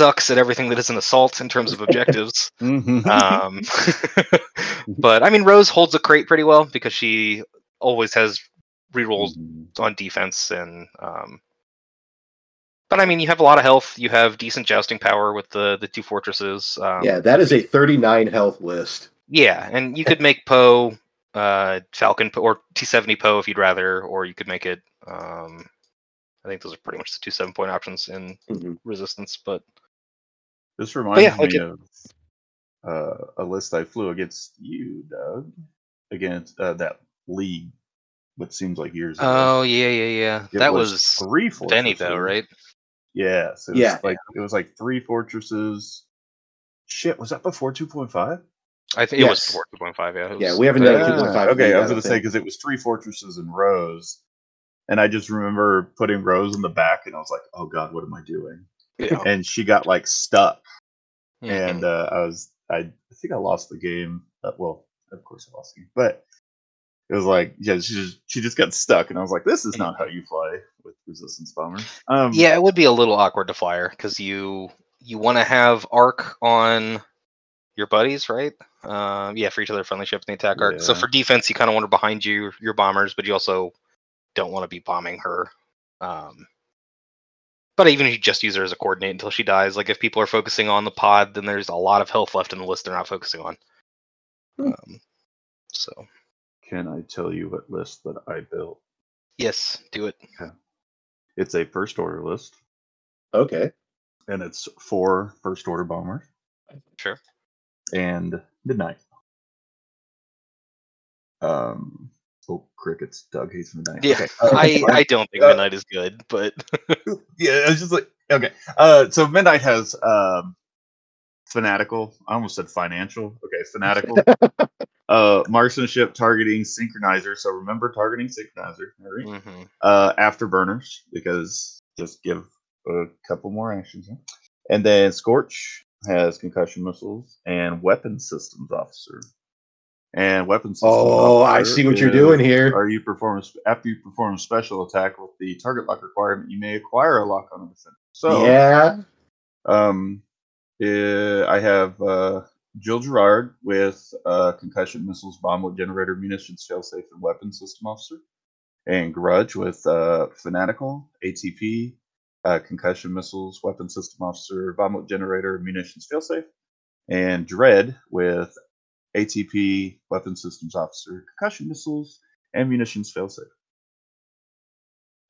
Speaker 4: sucks at everything that is an assault in terms of objectives.
Speaker 5: Mhm.
Speaker 2: Uh,
Speaker 4: um, but I mean, Rose holds a crate pretty well because she always has rerolls
Speaker 5: Mhm.
Speaker 4: on defense and. Um, but I mean, you have a lot of health. You have decent jousting power with the the two fortresses. Um,
Speaker 2: Yeah, that is a 39 health list.
Speaker 4: yeah, and you could make Poe, uh, Falcon Poe, or T seventy Poe if you'd rather, or you could make it. Um, I think those are pretty much the two seven point options in
Speaker 2: Mhm.
Speaker 4: Resistance. But
Speaker 5: This reminds
Speaker 4: yeah, like
Speaker 5: me
Speaker 4: it-
Speaker 5: of uh, a list I flew against you, Doug, against uh, that league, what seems like years ago.
Speaker 4: oh yeah, yeah, yeah.
Speaker 5: It
Speaker 4: that was,
Speaker 5: three
Speaker 4: Benny though,
Speaker 5: fortresses.
Speaker 4: right?
Speaker 5: Yes. It was
Speaker 2: Yeah.
Speaker 5: Like it was like three fortresses. Shit, was that before two point five?
Speaker 4: I think it was
Speaker 2: Yes.
Speaker 4: before two point five. Yeah, it
Speaker 2: Yeah,
Speaker 4: was-
Speaker 2: we haven't done a
Speaker 4: Yeah.
Speaker 2: 2.5
Speaker 5: Okay,
Speaker 2: league,
Speaker 5: I
Speaker 2: I
Speaker 5: was
Speaker 2: don't
Speaker 5: gonna say
Speaker 2: think.
Speaker 5: because it was three fortresses in rows, and I just remember putting Rose in the back, and I was like, "Oh God, what am I doing?"
Speaker 4: Yeah.
Speaker 5: and she got like stuck
Speaker 4: Mhm.
Speaker 5: and uh, I was I, I think I lost the game. Uh, well, of course I lost the game, but it was like yeah, she just she just got stuck, and I was like, this is not how you fly with resistance bombers. Um,
Speaker 4: yeah, it would be a little awkward to fire because you you want to have arc on your buddies, right? Um, yeah, for each other friendly ship and the attack arc. So
Speaker 5: Yeah.
Speaker 4: for defense, you kind of want her behind you, your bombers, but you also don't want to be bombing her. Um, but even if you just use her as a coordinate until she dies, like if people are focusing on the pod, then there's a lot of health left in the list they're not focusing on.
Speaker 2: Hmm.
Speaker 4: Um, so
Speaker 5: Can I tell you what list that I built?
Speaker 4: yes, do it.
Speaker 5: It's a first order list,
Speaker 2: Okay.
Speaker 5: and it's four first order bombers
Speaker 4: Sure.
Speaker 5: and midnight. Um. Oh, crickets! Doug hates midnight.
Speaker 4: Yeah,
Speaker 5: Okay, uh,
Speaker 4: I, I don't think
Speaker 5: Uh,
Speaker 4: midnight is good, but
Speaker 5: yeah, I was just like, okay. Uh, so Midnight has um, fanatical. I almost said financial. Okay, fanatical. uh, marksmanship, targeting, synchronizer. So remember targeting synchronizer. All right.
Speaker 4: hmm
Speaker 5: Uh, afterburners because just give a couple more actions. huh? And then Scorch has concussion missiles and weapon systems officer. And weapon systems.
Speaker 2: Oh, I
Speaker 5: officer
Speaker 2: see what you're
Speaker 5: is-
Speaker 2: doing here.
Speaker 5: are you perform after you perform a special attack with the target lock requirement? You may acquire a lock on a defender. So,
Speaker 2: yeah.
Speaker 5: um, eh, I have uh, Jill Gerard with uh, concussion missiles, bomblet generator, munitions, failsafe, and weapon system officer, and Grudge with uh, fanatical ATP, uh, concussion missiles, weapon system officer, bomblet generator, munitions, failsafe, and Dread with ATP, weapon systems officer, concussion missiles, and munitions, failsafe.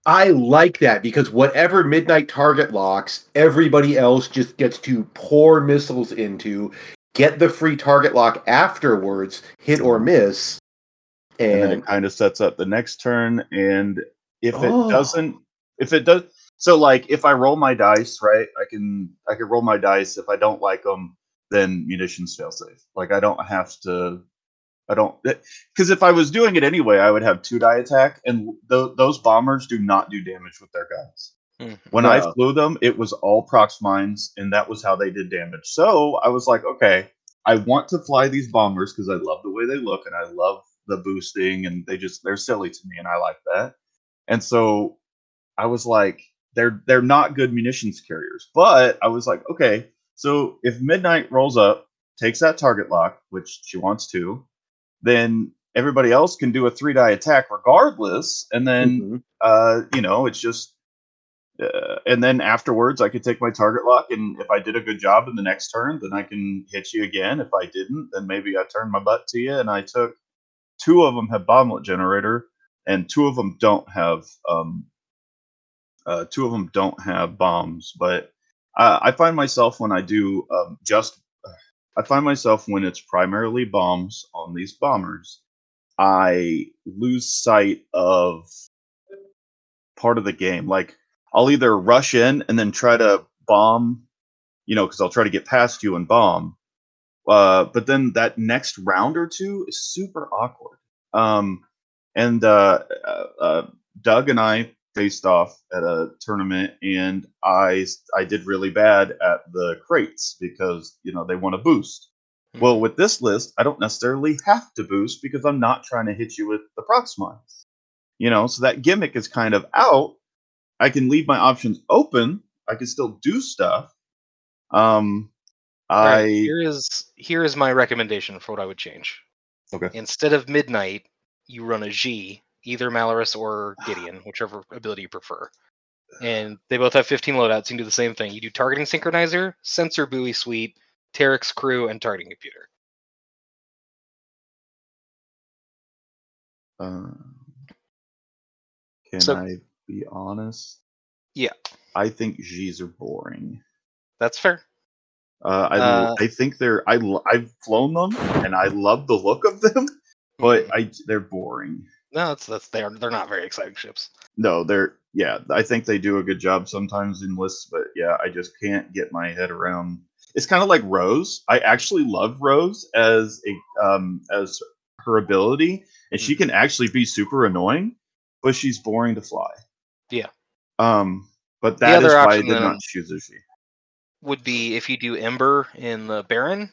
Speaker 2: I like that because whatever midnight target locks, everybody else just gets to pour missiles into, get the free target lock afterwards, hit or miss,
Speaker 5: and
Speaker 2: and,
Speaker 5: then it kind of sets up the next turn and if
Speaker 2: Oh.
Speaker 5: it doesn't if it does so like if i roll my dice right i can i can roll my dice if i don't like them then munitions fail safe like i don't have to i don't because if i was doing it anyway i would have two die attack and th- those bombers do not do damage with their guns
Speaker 4: Mhm.
Speaker 5: when i
Speaker 2: No.
Speaker 5: flew them it was all prox mines and that was how they did damage so i was like okay i want to fly these bombers because i love the way they look and i love the boosting and they just they're silly to me and I like that. And so I was like they're they're not good munitions carriers, but I was like okay, so if Midnight rolls up, takes that target lock, which she wants to, then everybody else can do a three die attack regardless and then
Speaker 2: Mhm.
Speaker 5: uh you know, it's just uh, and then afterwards, I could take my target lock, and if I did a good job in the next turn, then I can hit you again. If I didn't, then maybe I turned my butt to you, and I took two of them have bomblet generator and two of them don't have um uh, two of them don't have bombs but uh, i find myself when i do um, just i find myself when it's primarily bombs on these bombers i lose sight of part of the game like i'll either rush in and then try to bomb you know because i'll try to get past you and bomb uh, but then that next round or two is super awkward. Um, and uh, uh, uh, Doug and I faced off at a tournament, and I s- I did really bad at the crates because you know they want to boost. Well, with this list, I don't necessarily have to boost because I'm not trying to hit you with the proxmines. You know, so that gimmick is kind of out. I can leave my options open. I can still do stuff. Um,
Speaker 4: All
Speaker 5: I
Speaker 4: right, here is here is my recommendation for what I would change.
Speaker 5: Okay.
Speaker 4: Instead of midnight, you run a G, either Malorus or Gideon, whichever ability you prefer. And they both have 15 loadouts. You can do the same thing. You do targeting synchronizer, sensor buoy suite, Tarek's crew, and targeting computer.
Speaker 5: Um, can
Speaker 4: So-
Speaker 5: I be honest?
Speaker 4: Yeah.
Speaker 5: I think G's are boring.
Speaker 4: That's fair.
Speaker 5: Uh, I
Speaker 4: Uh,
Speaker 5: I think they're I l- I've flown them and I love the look of them, but
Speaker 4: Mhm.
Speaker 5: I they're boring.
Speaker 4: no, that's that's they're they're not very exciting ships.
Speaker 5: No, they're yeah. I think they do a good job sometimes in lists, but yeah, I just can't get my head around. It's kind of like Rose. I actually love Rose as a um as her ability, and
Speaker 4: Mm.
Speaker 5: she can actually be super annoying, but she's boring to fly.
Speaker 4: Yeah.
Speaker 5: Um, but
Speaker 4: The
Speaker 5: that is
Speaker 4: other
Speaker 5: why I
Speaker 4: option
Speaker 5: did
Speaker 4: then-
Speaker 5: not choose Ishi.
Speaker 4: would be if you do Ember in the Baron,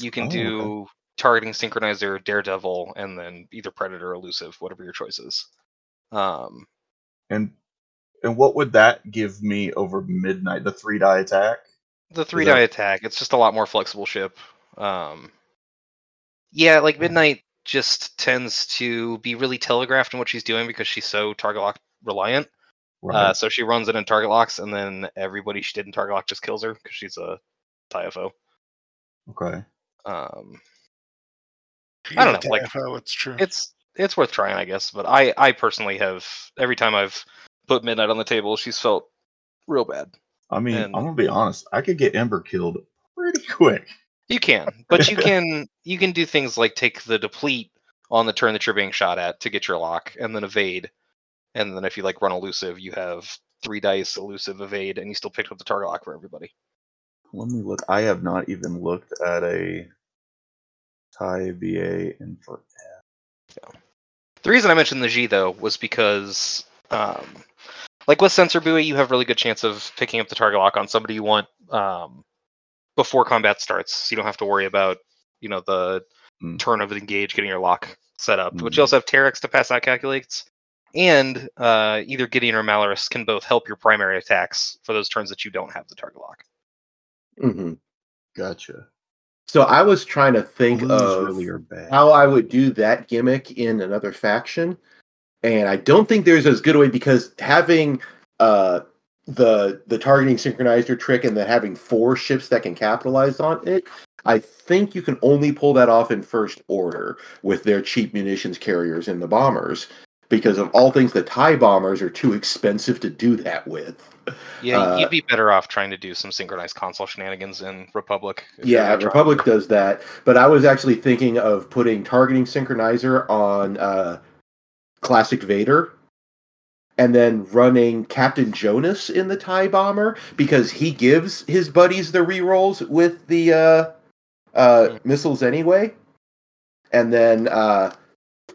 Speaker 4: you can
Speaker 5: Oh, okay.
Speaker 4: do targeting synchronizer, Daredevil, and then either Predator or Elusive, whatever your choice is. Um,
Speaker 5: And and what would that give me over midnight? The three die attack.
Speaker 4: the three
Speaker 5: that-
Speaker 4: die attack, it's just a lot more flexible ship. Um, yeah, like Midnight just tends to be really telegraphed in what she's doing because she's so target lock reliant. Uh, so she runs in and target locks, and then everybody she did in target lock just kills her because she's a TIFO.
Speaker 5: okay.
Speaker 4: Um, I don't know, like-
Speaker 3: TFO, it's true.
Speaker 4: it's it's worth trying, I guess. But I I personally have every time I've put Midnight on the table, she's felt real bad.
Speaker 5: I mean,
Speaker 4: and-
Speaker 5: I'm gonna be honest. I could get Ember killed pretty quick.
Speaker 4: You can, but you can you can do things like take the deplete on the turn that you're being shot at to get your lock, and then evade, and then if you like run elusive, you have three dice elusive evade, and you still picked up the target lock for everybody.
Speaker 5: Let me look. I have not even looked at a Thai VA in for.
Speaker 4: The reason I mentioned the G though was because, um, like with sensor buoy, you have really good chance of picking up the target lock on somebody you want um, before combat starts. So you don't have to worry about you know the
Speaker 2: Hmm.
Speaker 5: Mm.
Speaker 4: turn of the engage getting your lock set up. But
Speaker 5: Mm.
Speaker 4: you also have Terex to pass out calculates, and uh, either Gideon or Malorus can both help your primary attacks for those turns that you don't have the target lock.
Speaker 2: hmm
Speaker 5: Gotcha.
Speaker 2: So I was trying to think
Speaker 5: Blues
Speaker 2: of
Speaker 5: really are bad.
Speaker 2: how I would do that gimmick in another faction, and I don't think there's as good a way because having uh, the the targeting synchronizer trick and then having four ships that can capitalize on it, I think you can only pull that off in first order with their cheap munitions carriers and the bombers. Because of all things, the tie bombers are too expensive to do that with.
Speaker 4: Yeah,
Speaker 2: Uh,
Speaker 4: you'd be better off trying to do some synchronized console shenanigans in Republic. if you're
Speaker 2: Yeah,
Speaker 4: gonna try.
Speaker 2: Republic does that. But I was actually thinking of putting targeting synchronizer on uh, classic Vader, and then running Captain Jonas in the Tie Bomber because he gives his buddies the rerolls with the uh, uh,
Speaker 4: Mm.
Speaker 2: missiles anyway. And then uh,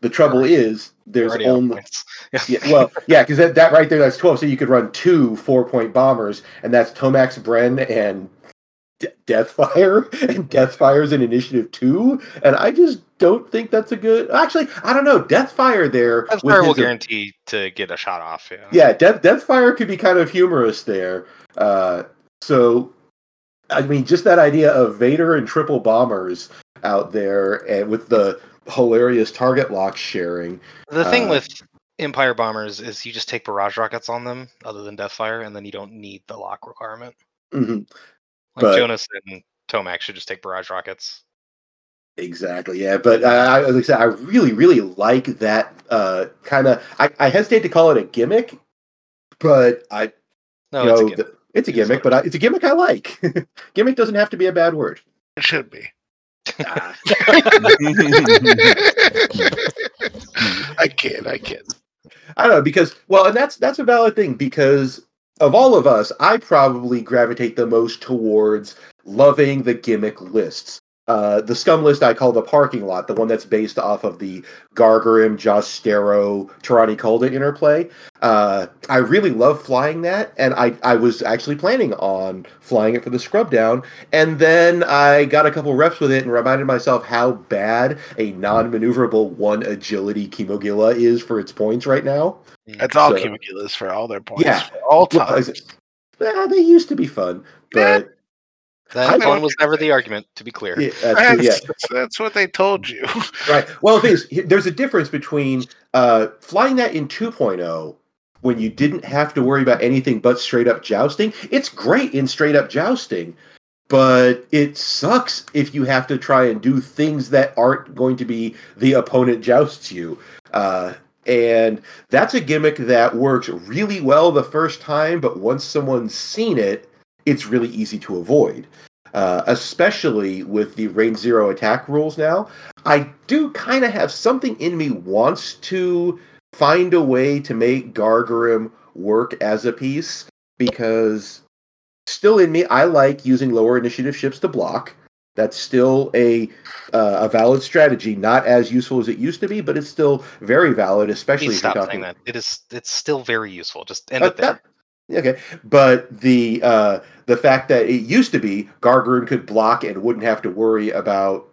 Speaker 2: the trouble
Speaker 4: Already-
Speaker 2: is
Speaker 4: You're
Speaker 2: there's
Speaker 4: already out of
Speaker 2: only
Speaker 4: points.
Speaker 2: yeah, well, yeah, because that, that right there, that's 12. So you could run two four point bombers, and that's Tomax Bren and De- Deathfire. And Deathfire's in Initiative 2. And I just don't think that's a good. Actually, I don't know. Deathfire there.
Speaker 4: That's
Speaker 2: with
Speaker 4: where we'll
Speaker 2: his-
Speaker 4: guarantee to get a shot off. Yeah.
Speaker 2: yeah, Death, Deathfire could be kind of humorous there. Uh, so, I mean, just that idea of Vader and triple bombers out there and with the hilarious target lock sharing.
Speaker 4: The thing
Speaker 2: Uh,
Speaker 4: with Empire bombers is you just take barrage rockets on them, other than Deathfire, and then you don't need the lock requirement.
Speaker 2: Mhm.
Speaker 4: Like
Speaker 2: But-
Speaker 4: Jonas and Tomac should just take barrage rockets.
Speaker 2: Exactly. Yeah, but uh, I, I, like I said, I really, really like that uh, kind of. I, I hesitate to call it a gimmick, but I,
Speaker 4: No,
Speaker 2: you
Speaker 4: it's a
Speaker 2: know,
Speaker 4: gimmick.
Speaker 2: th- it's a
Speaker 4: It's
Speaker 2: gimmick. But I, it's a gimmick I like. gimmick doesn't have to be a bad word.
Speaker 3: it should be.
Speaker 2: Ah,
Speaker 3: I kid, I kid.
Speaker 2: I don't know because well, and that's that's a valid thing because of all of us, I probably gravitate the most towards loving the gimmick lists. Uh, the scum list I call the parking lot, the one that's based off of the Gargarim, Jostero, Tarani Calda interplay. Uh, I really love flying that, and I, I was actually planning on flying it for the scrub down, and then I got a couple reps with it and reminded myself how bad a non-maneuverable one agility Chemogilla is for its points right now.
Speaker 3: That's all
Speaker 2: So-
Speaker 3: Cumuculus for all their points.
Speaker 2: Yeah.
Speaker 3: for all
Speaker 2: Well,
Speaker 3: time.
Speaker 2: is it- Well, they used to be fun, but
Speaker 4: That
Speaker 2: I-
Speaker 4: one was never the argument, to be clear.
Speaker 2: yeah, that's,
Speaker 3: That's,
Speaker 2: yeah,
Speaker 3: that's what they told you.
Speaker 2: right. Well, the thing is, there's a difference between uh, flying that in 2.0 when you didn't have to worry about anything but straight up jousting. It's great in straight up jousting, but it sucks if you have to try and do things that aren't going to be the opponent jousts you. Uh, and that's a gimmick that works really well the first time, but once someone's seen it, it's really easy to avoid. Uh, especially with the range zero attack rules now, I do kind of have something in me wants to find a way to make Gargarim work as a piece because still in me, I like using lower initiative ships to block. That's still a uh, a valid strategy, not as useful as it used to be, but it's still very valid, especially
Speaker 4: Please
Speaker 2: if you're
Speaker 4: stop
Speaker 2: talking.
Speaker 4: saying that. It is. It's still very useful. Just end
Speaker 2: Uh,
Speaker 4: it there.
Speaker 2: that- Okay, but the uh, the fact that it used to be Gargaroon could block and wouldn't have to worry about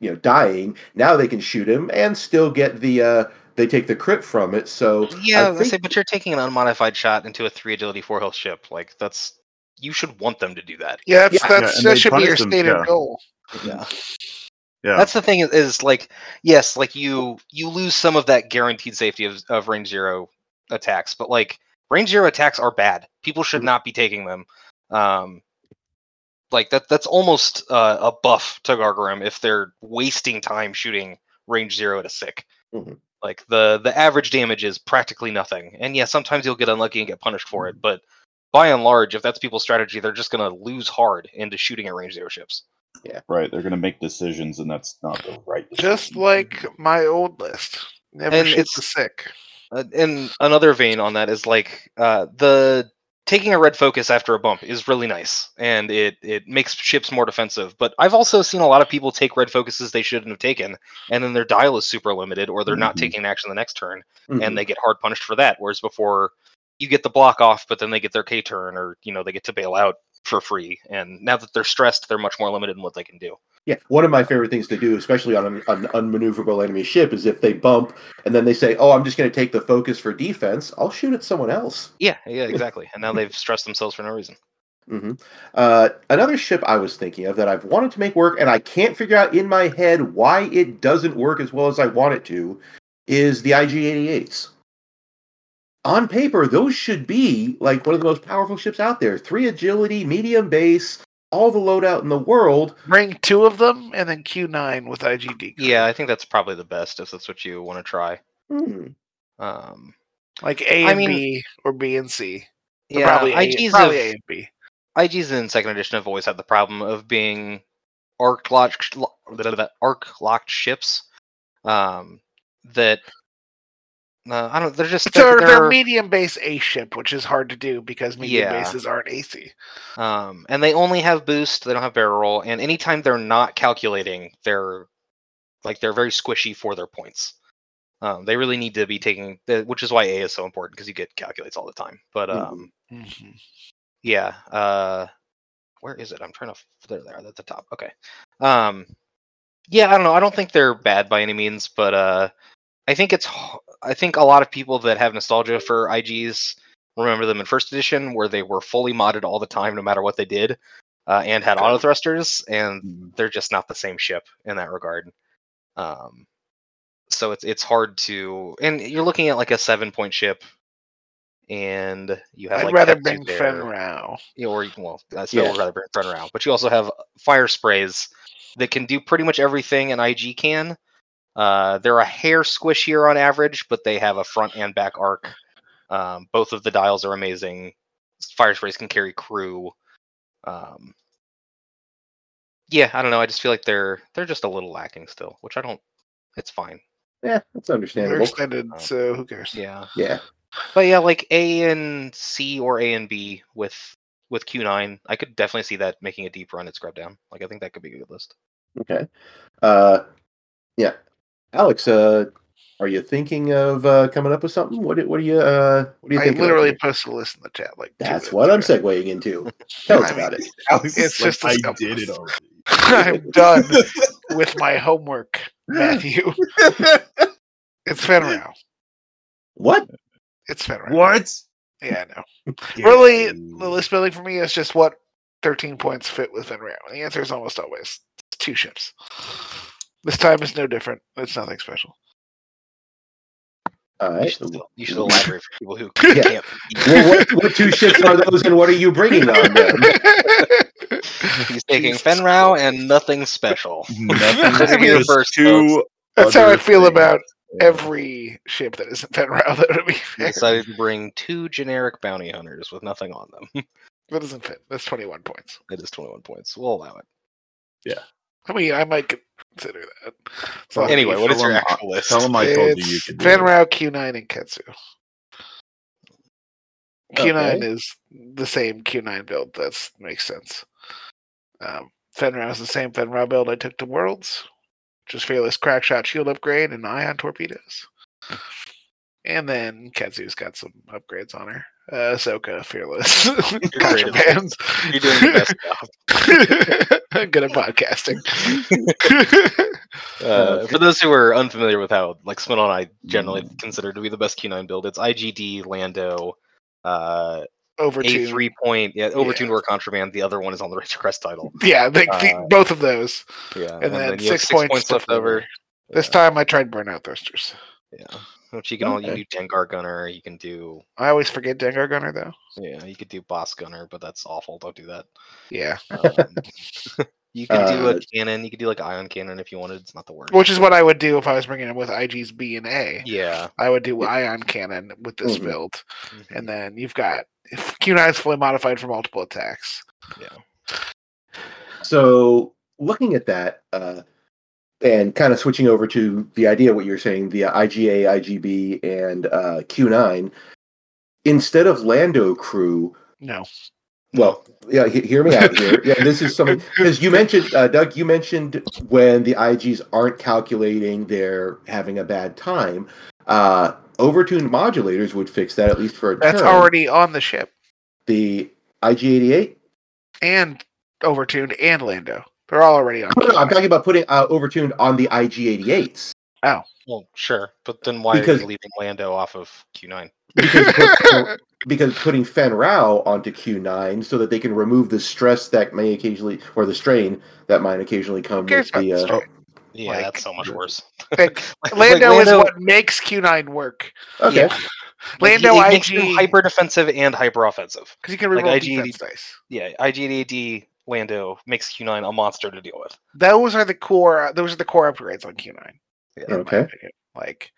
Speaker 2: you know dying. Now they can shoot him and still get the uh, they take the crit from it. So
Speaker 4: Yeah, I,
Speaker 2: I
Speaker 4: was gonna say,
Speaker 2: think-
Speaker 4: but you're taking an unmodified shot into a three agility four health ship. Like that's you should want them to do that.
Speaker 3: Yeah, that's,
Speaker 2: Yeah.
Speaker 3: that's
Speaker 5: Yeah, and
Speaker 3: that
Speaker 5: they
Speaker 3: should be your
Speaker 5: punish them,
Speaker 3: stated
Speaker 5: yeah.
Speaker 3: goal.
Speaker 4: Yeah.
Speaker 5: Yeah.
Speaker 4: That's the thing is, is like yes, like you you lose some of that guaranteed safety of, of range zero attacks, but like range zero attacks are bad. People should not be taking them. Um like that that's almost uh, a buff to Gargarim if they're wasting time shooting range zero at a sick.
Speaker 2: Mhm.
Speaker 4: Like the the average damage is practically nothing. And yeah, sometimes you'll get unlucky and get punished for it, but by and large, if that's people's strategy, they're just gonna lose hard into shooting at range zero ships.
Speaker 5: Right. They're going to make decisions, and that's not the right decision.
Speaker 3: Just like my old list. Never
Speaker 4: And
Speaker 3: shoot
Speaker 4: it's-
Speaker 3: the sick.
Speaker 4: Uh, in another vein on that is like uh, the taking a red focus after a bump is really nice and it it makes ships more defensive but i've also seen a lot of people take red focuses they shouldn't have taken and then their dial is super limited or they're not
Speaker 5: Mhm.
Speaker 4: taking an action the next turn
Speaker 2: Mhm.
Speaker 4: and they get hard punished for that whereas before you get the block off but then they get their k turn or you know they get to bail out for free and now that they're stressed they're much more limited in what they can do
Speaker 2: Yeah, one of my favorite things to do, especially on an, an unmaneuverable enemy ship, is if they bump and then they say, "Oh, I'm just going to take the focus for defense. I'll shoot at someone else."
Speaker 4: yeah yeah exactly and now they've stressed themselves for no reason
Speaker 2: hmm Uh, another ship I was thinking of that I've wanted to make work, and I can't figure out in my head why it doesn't work as well as I want it to, is the IG-88s. On paper, those should be like one of the most powerful ships out there. Three agility, medium base, all the loadout in the world.
Speaker 3: Bring two of them and then Q nine with IGD.
Speaker 4: yeah i think that's probably the best if that's what you want to try
Speaker 2: Hmm.
Speaker 4: Um,
Speaker 3: Like A
Speaker 4: I
Speaker 3: and
Speaker 4: mean-
Speaker 3: B or B and C. Or
Speaker 4: yeah,
Speaker 3: probably A,
Speaker 4: IGs,
Speaker 3: probably A
Speaker 4: have,
Speaker 3: and B.
Speaker 4: IGs in second edition have always had the problem of being arc locked, arc locked ships. Um, that uh, I don't. They're just
Speaker 3: They're,
Speaker 4: they're,
Speaker 3: they're,
Speaker 4: they're-
Speaker 3: medium base A ship, which is hard to do because medium
Speaker 4: Yeah.
Speaker 3: bases aren't AC.
Speaker 4: um, and they only have boost. They don't have barrel roll. And anytime they're not calculating, they're like they're very squishy for their points. Um, they really need to be taking, the- which is why A is so important because you get calculates all the time. But
Speaker 3: Mm-hmm.
Speaker 2: Mhm.
Speaker 4: um, yeah uh where is it i'm trying to f- there they are at the top okay um yeah i don't know i don't think they're bad by any means but uh i think it's h- i think a lot of people that have nostalgia for igs remember them in first edition where they were fully modded all the time no matter what they did uh, and had auto thrusters and
Speaker 3: Hmm.
Speaker 5: Mhm.
Speaker 4: they're just not the same ship in that regard um so it's it's hard to and you're looking at like a seven point ship and you have
Speaker 3: I'd
Speaker 4: like
Speaker 3: rather
Speaker 4: Ketsu
Speaker 3: bring
Speaker 4: there.
Speaker 3: Fen Rao.
Speaker 4: Yeah, or you can well I still
Speaker 2: Yeah.
Speaker 4: would rather run around. But you also have uh, fire sprays that can do pretty much everything an IG can. Uh, they're a hair squishier on average, but they have a front and back arc. Um, both of the dials are amazing. Fire sprays can carry crew. Um, yeah, I don't know. I just feel like they're they're just a little lacking still, which I don't. It's fine.
Speaker 2: Yeah, that's
Speaker 3: They're
Speaker 2: understandable.
Speaker 3: extended,
Speaker 4: Oh.
Speaker 3: so who cares?
Speaker 4: Yeah,
Speaker 2: uh, Yeah.
Speaker 4: but yeah, like A and C or A and B with with Q9, I could definitely see that making a deep run at Scrub Down. Like I think that could be a good list.
Speaker 2: Okay. Uh, yeah, Alex. Uh, are you thinking of uh, coming up with something? What do- What do you uh, What do you
Speaker 3: I
Speaker 2: think?
Speaker 3: literally posted a list in the chat. Like two
Speaker 2: That's
Speaker 3: minutes
Speaker 2: what I'm
Speaker 3: ago.
Speaker 2: segueing into. Tell us
Speaker 3: I mean-
Speaker 2: about it.
Speaker 5: Alex is
Speaker 3: It's just a
Speaker 5: I
Speaker 3: stump.
Speaker 5: did it already.
Speaker 3: I'm done with my homework, Matthew. It's Fen Rao.
Speaker 2: What?
Speaker 3: It's Fen Rao.
Speaker 5: what?
Speaker 3: Yeah, I know.
Speaker 5: Get
Speaker 3: Really, the
Speaker 5: you.
Speaker 3: list building for me is just what 13 points fit with Fen Rao. And the answer is almost always it's two ships. This time is no different. It's nothing special.
Speaker 2: All
Speaker 4: You
Speaker 2: right.
Speaker 4: should, still- you should elaborate for people who
Speaker 3: Yeah.
Speaker 4: can't.
Speaker 2: Well, what, what two ships are those, and what are you bringing on them?
Speaker 4: He's taking
Speaker 3: Jesus
Speaker 4: Fenrow
Speaker 3: Christ.
Speaker 4: and nothing special.
Speaker 5: Nothing
Speaker 4: That's
Speaker 5: to do
Speaker 4: your
Speaker 5: with
Speaker 4: first
Speaker 5: two
Speaker 3: That's how I
Speaker 5: other
Speaker 3: feel
Speaker 5: things.
Speaker 3: about
Speaker 5: Yeah.
Speaker 3: every ship that isn't Fen Rao, though, to be
Speaker 4: He
Speaker 3: fair.
Speaker 4: decided to bring two generic bounty hunters with nothing on them.
Speaker 3: That doesn't fit. That's 21 points.
Speaker 4: it is 21 points. We'll allow it.
Speaker 3: I mean, I might consider that. So
Speaker 5: Fuck
Speaker 4: Anyway,
Speaker 5: you,
Speaker 4: what is
Speaker 5: tell
Speaker 4: your
Speaker 5: him-
Speaker 4: actual list?
Speaker 5: Tell him I told you you
Speaker 3: it's
Speaker 5: could do
Speaker 3: Van
Speaker 5: it.
Speaker 3: Rao, Q9, and Ketsu. Q9
Speaker 2: Okay.
Speaker 3: is the same Q9 build. That makes sense. Um, Fenrau is the same Fenrau build I took to Worlds, which is Fearless Crackshot Shield upgrade and Ion Torpedoes. And then Ketsu's got some upgrades on her. Uh, Ahsoka, Fearless,
Speaker 4: great.
Speaker 3: Contraband.
Speaker 4: You're doing the best job.
Speaker 3: Good at podcasting.
Speaker 4: Uh,
Speaker 5: Uh,
Speaker 4: for those who are unfamiliar with how like Spinal and I generally consider to be the best Q9 build, it's IGD, Lando, uh,
Speaker 3: Over
Speaker 4: A
Speaker 3: two.
Speaker 4: three point, yeah, Overtune or Contraband. The other one is on the Rachel Crest title.
Speaker 3: Yeah, they, the-
Speaker 4: Uh,
Speaker 3: both of those.
Speaker 4: Yeah,
Speaker 3: And then
Speaker 4: you have
Speaker 3: six points left over. This
Speaker 4: Yeah.
Speaker 3: time I tried Burnout Thrusters.
Speaker 4: Yeah, which you can all you
Speaker 2: Okay.
Speaker 4: do Dengar Gunner. You can do
Speaker 3: I always forget Dengar Gunner though.
Speaker 4: yeah, you could do Boss Gunner, but that's awful. Don't do that.
Speaker 3: Yeah,
Speaker 4: Um, you could do
Speaker 2: Uh,
Speaker 4: a cannon. You could do like ion cannon if you wanted. It's not the word.
Speaker 3: which is what I would do if I was bringing it with IG's B and A.
Speaker 4: yeah, Mm-hmm.
Speaker 3: I would do Ion Cannon with this
Speaker 2: Mhm.
Speaker 3: build,
Speaker 4: and
Speaker 3: and then you've got if Q9 is fully modified for multiple attacks.
Speaker 2: So looking at that, uh, and kind of switching over to the idea what you're saying, the IGA, IGB, and uh, Q9, instead of Lando crew,
Speaker 3: No,
Speaker 2: well, yeah, he- hear me out here. Yeah, this is something because you mentioned, uh, Doug, you mentioned when the IGs aren't calculating, they're having a bad time. Uh, overtuned modulators would fix that at least for a
Speaker 3: that's
Speaker 2: turn.
Speaker 3: already on the ship
Speaker 2: the IG88.
Speaker 3: and Overtuned and Lando. They're all already on.
Speaker 2: No, no, I'm
Speaker 3: Q9.
Speaker 2: talking about putting uh, overtuned on the IG88s.
Speaker 4: well, sure, but then why are
Speaker 2: Because-
Speaker 4: you leaving Lando off of Q nine?
Speaker 2: because put- because putting Fen Rao onto Q9 so that they can remove the stress that may occasionally or the strain that might occasionally come
Speaker 3: Who cares
Speaker 2: with the
Speaker 3: about
Speaker 2: uh,
Speaker 3: the
Speaker 4: Yeah,
Speaker 3: Like-
Speaker 4: that's so much worse.
Speaker 3: Like,
Speaker 4: Like,
Speaker 3: Lando, is
Speaker 4: Lando-
Speaker 3: what makes Q9 work
Speaker 2: okay
Speaker 4: yeah. Like,
Speaker 3: Lando
Speaker 4: it makes them
Speaker 3: IG.
Speaker 4: hyper defensive and hyper offensive.
Speaker 3: because you can
Speaker 4: like
Speaker 3: reroll
Speaker 4: IG.
Speaker 3: defense dice.
Speaker 4: Yeah, IGDAD Lando makes Q9 a monster to deal with.
Speaker 3: Those are the core. Those are the core upgrades on Q9. in my
Speaker 2: okay
Speaker 3: opinion. Like,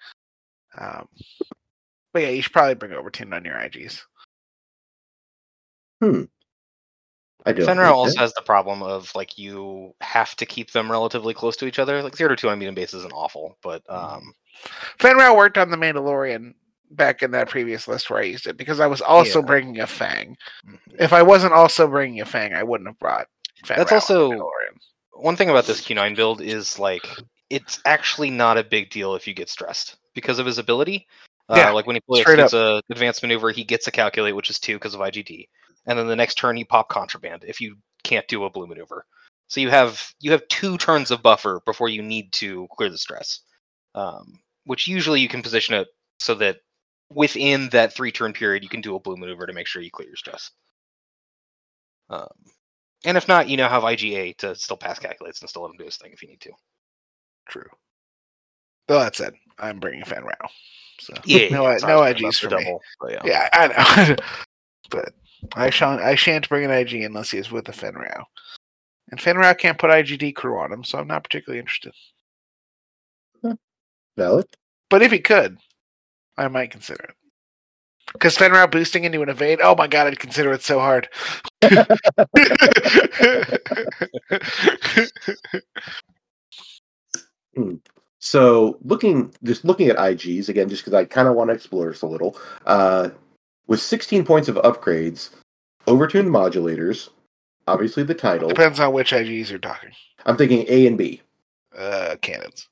Speaker 3: um, but yeah, you should probably bring Overtuned on your IGs.
Speaker 2: I don't
Speaker 4: Fenrir
Speaker 2: hate
Speaker 4: also
Speaker 2: that.
Speaker 4: has the problem of like you have to keep them relatively close to each other. Like zero to two on medium base isn't awful, but um,
Speaker 3: Fenrir worked on the Mandalorian back in that previous list where I used it because I was also
Speaker 4: Yeah. Mm-hmm.
Speaker 3: bringing a Fang. If I wasn't also bringing a Fang, I wouldn't have brought. Fenrir
Speaker 4: That's
Speaker 3: on
Speaker 4: also-
Speaker 3: Mandalorian.
Speaker 4: one thing about this Q9 build is like it's actually not a big deal if you get stressed because of his ability.
Speaker 3: Yeah,
Speaker 4: uh, like when he plays
Speaker 3: straight up.
Speaker 4: a advanced maneuver, he gets a calculate, which is two because of IGD, and then the next turn you pop contraband if you can't do a blue maneuver. So you have you have two turns of buffer before you need to clear the stress, um, which usually you can position it so that within that three turn period you can do a blue maneuver to make sure you clear your stress. Um, and if not, you now have IGA to still pass calculates and still let him do his thing if you need to.
Speaker 3: True. Though that said, I'm bringing Fenrir. So no, I-
Speaker 4: sorry,
Speaker 3: no
Speaker 4: I was
Speaker 3: IGs for me.
Speaker 4: talking about the double, but yeah.
Speaker 3: Yeah, I know. but I shan't. I shan't bring an IG unless he is with a Fenrir. And Fenrir can't put IGD crew on him, so I'm not particularly interested.
Speaker 2: valid
Speaker 3: But if he could, I might consider it. Because Fenrir boosting into an evade, oh my god, I'd consider it so hard.
Speaker 2: so looking just looking at IGs again just because I kind of want to explore this a little uh, with 16 points of upgrades overtuned modulators obviously the title
Speaker 3: Depends on which IGs you're talking.
Speaker 2: I'm thinking A and B
Speaker 3: Uh, cannons.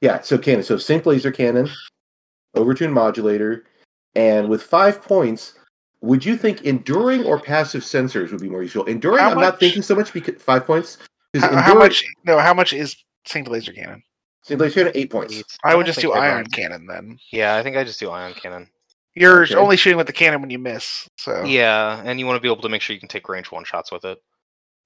Speaker 2: Yeah, so cannon. So sync laser cannon, overtune modulator, and with five points, would you think enduring or passive sensors would be more useful? Enduring,
Speaker 3: How
Speaker 2: I'm
Speaker 3: much?
Speaker 2: not thinking so much because five points.
Speaker 3: How,
Speaker 2: because
Speaker 3: how much? No, how much is Saint Laser Cannon?
Speaker 2: Sync laser cannon, eight points.
Speaker 4: It's-
Speaker 3: I would
Speaker 4: don't
Speaker 3: just
Speaker 4: think
Speaker 3: do
Speaker 4: I'd
Speaker 3: Iron
Speaker 4: run-
Speaker 3: Cannon then.
Speaker 4: Yeah, I think I just do ion cannon.
Speaker 3: You're
Speaker 2: Okay.
Speaker 3: only shooting with the cannon when you miss. So
Speaker 4: Yeah, and you want to be able to make sure you can take range one shots with it.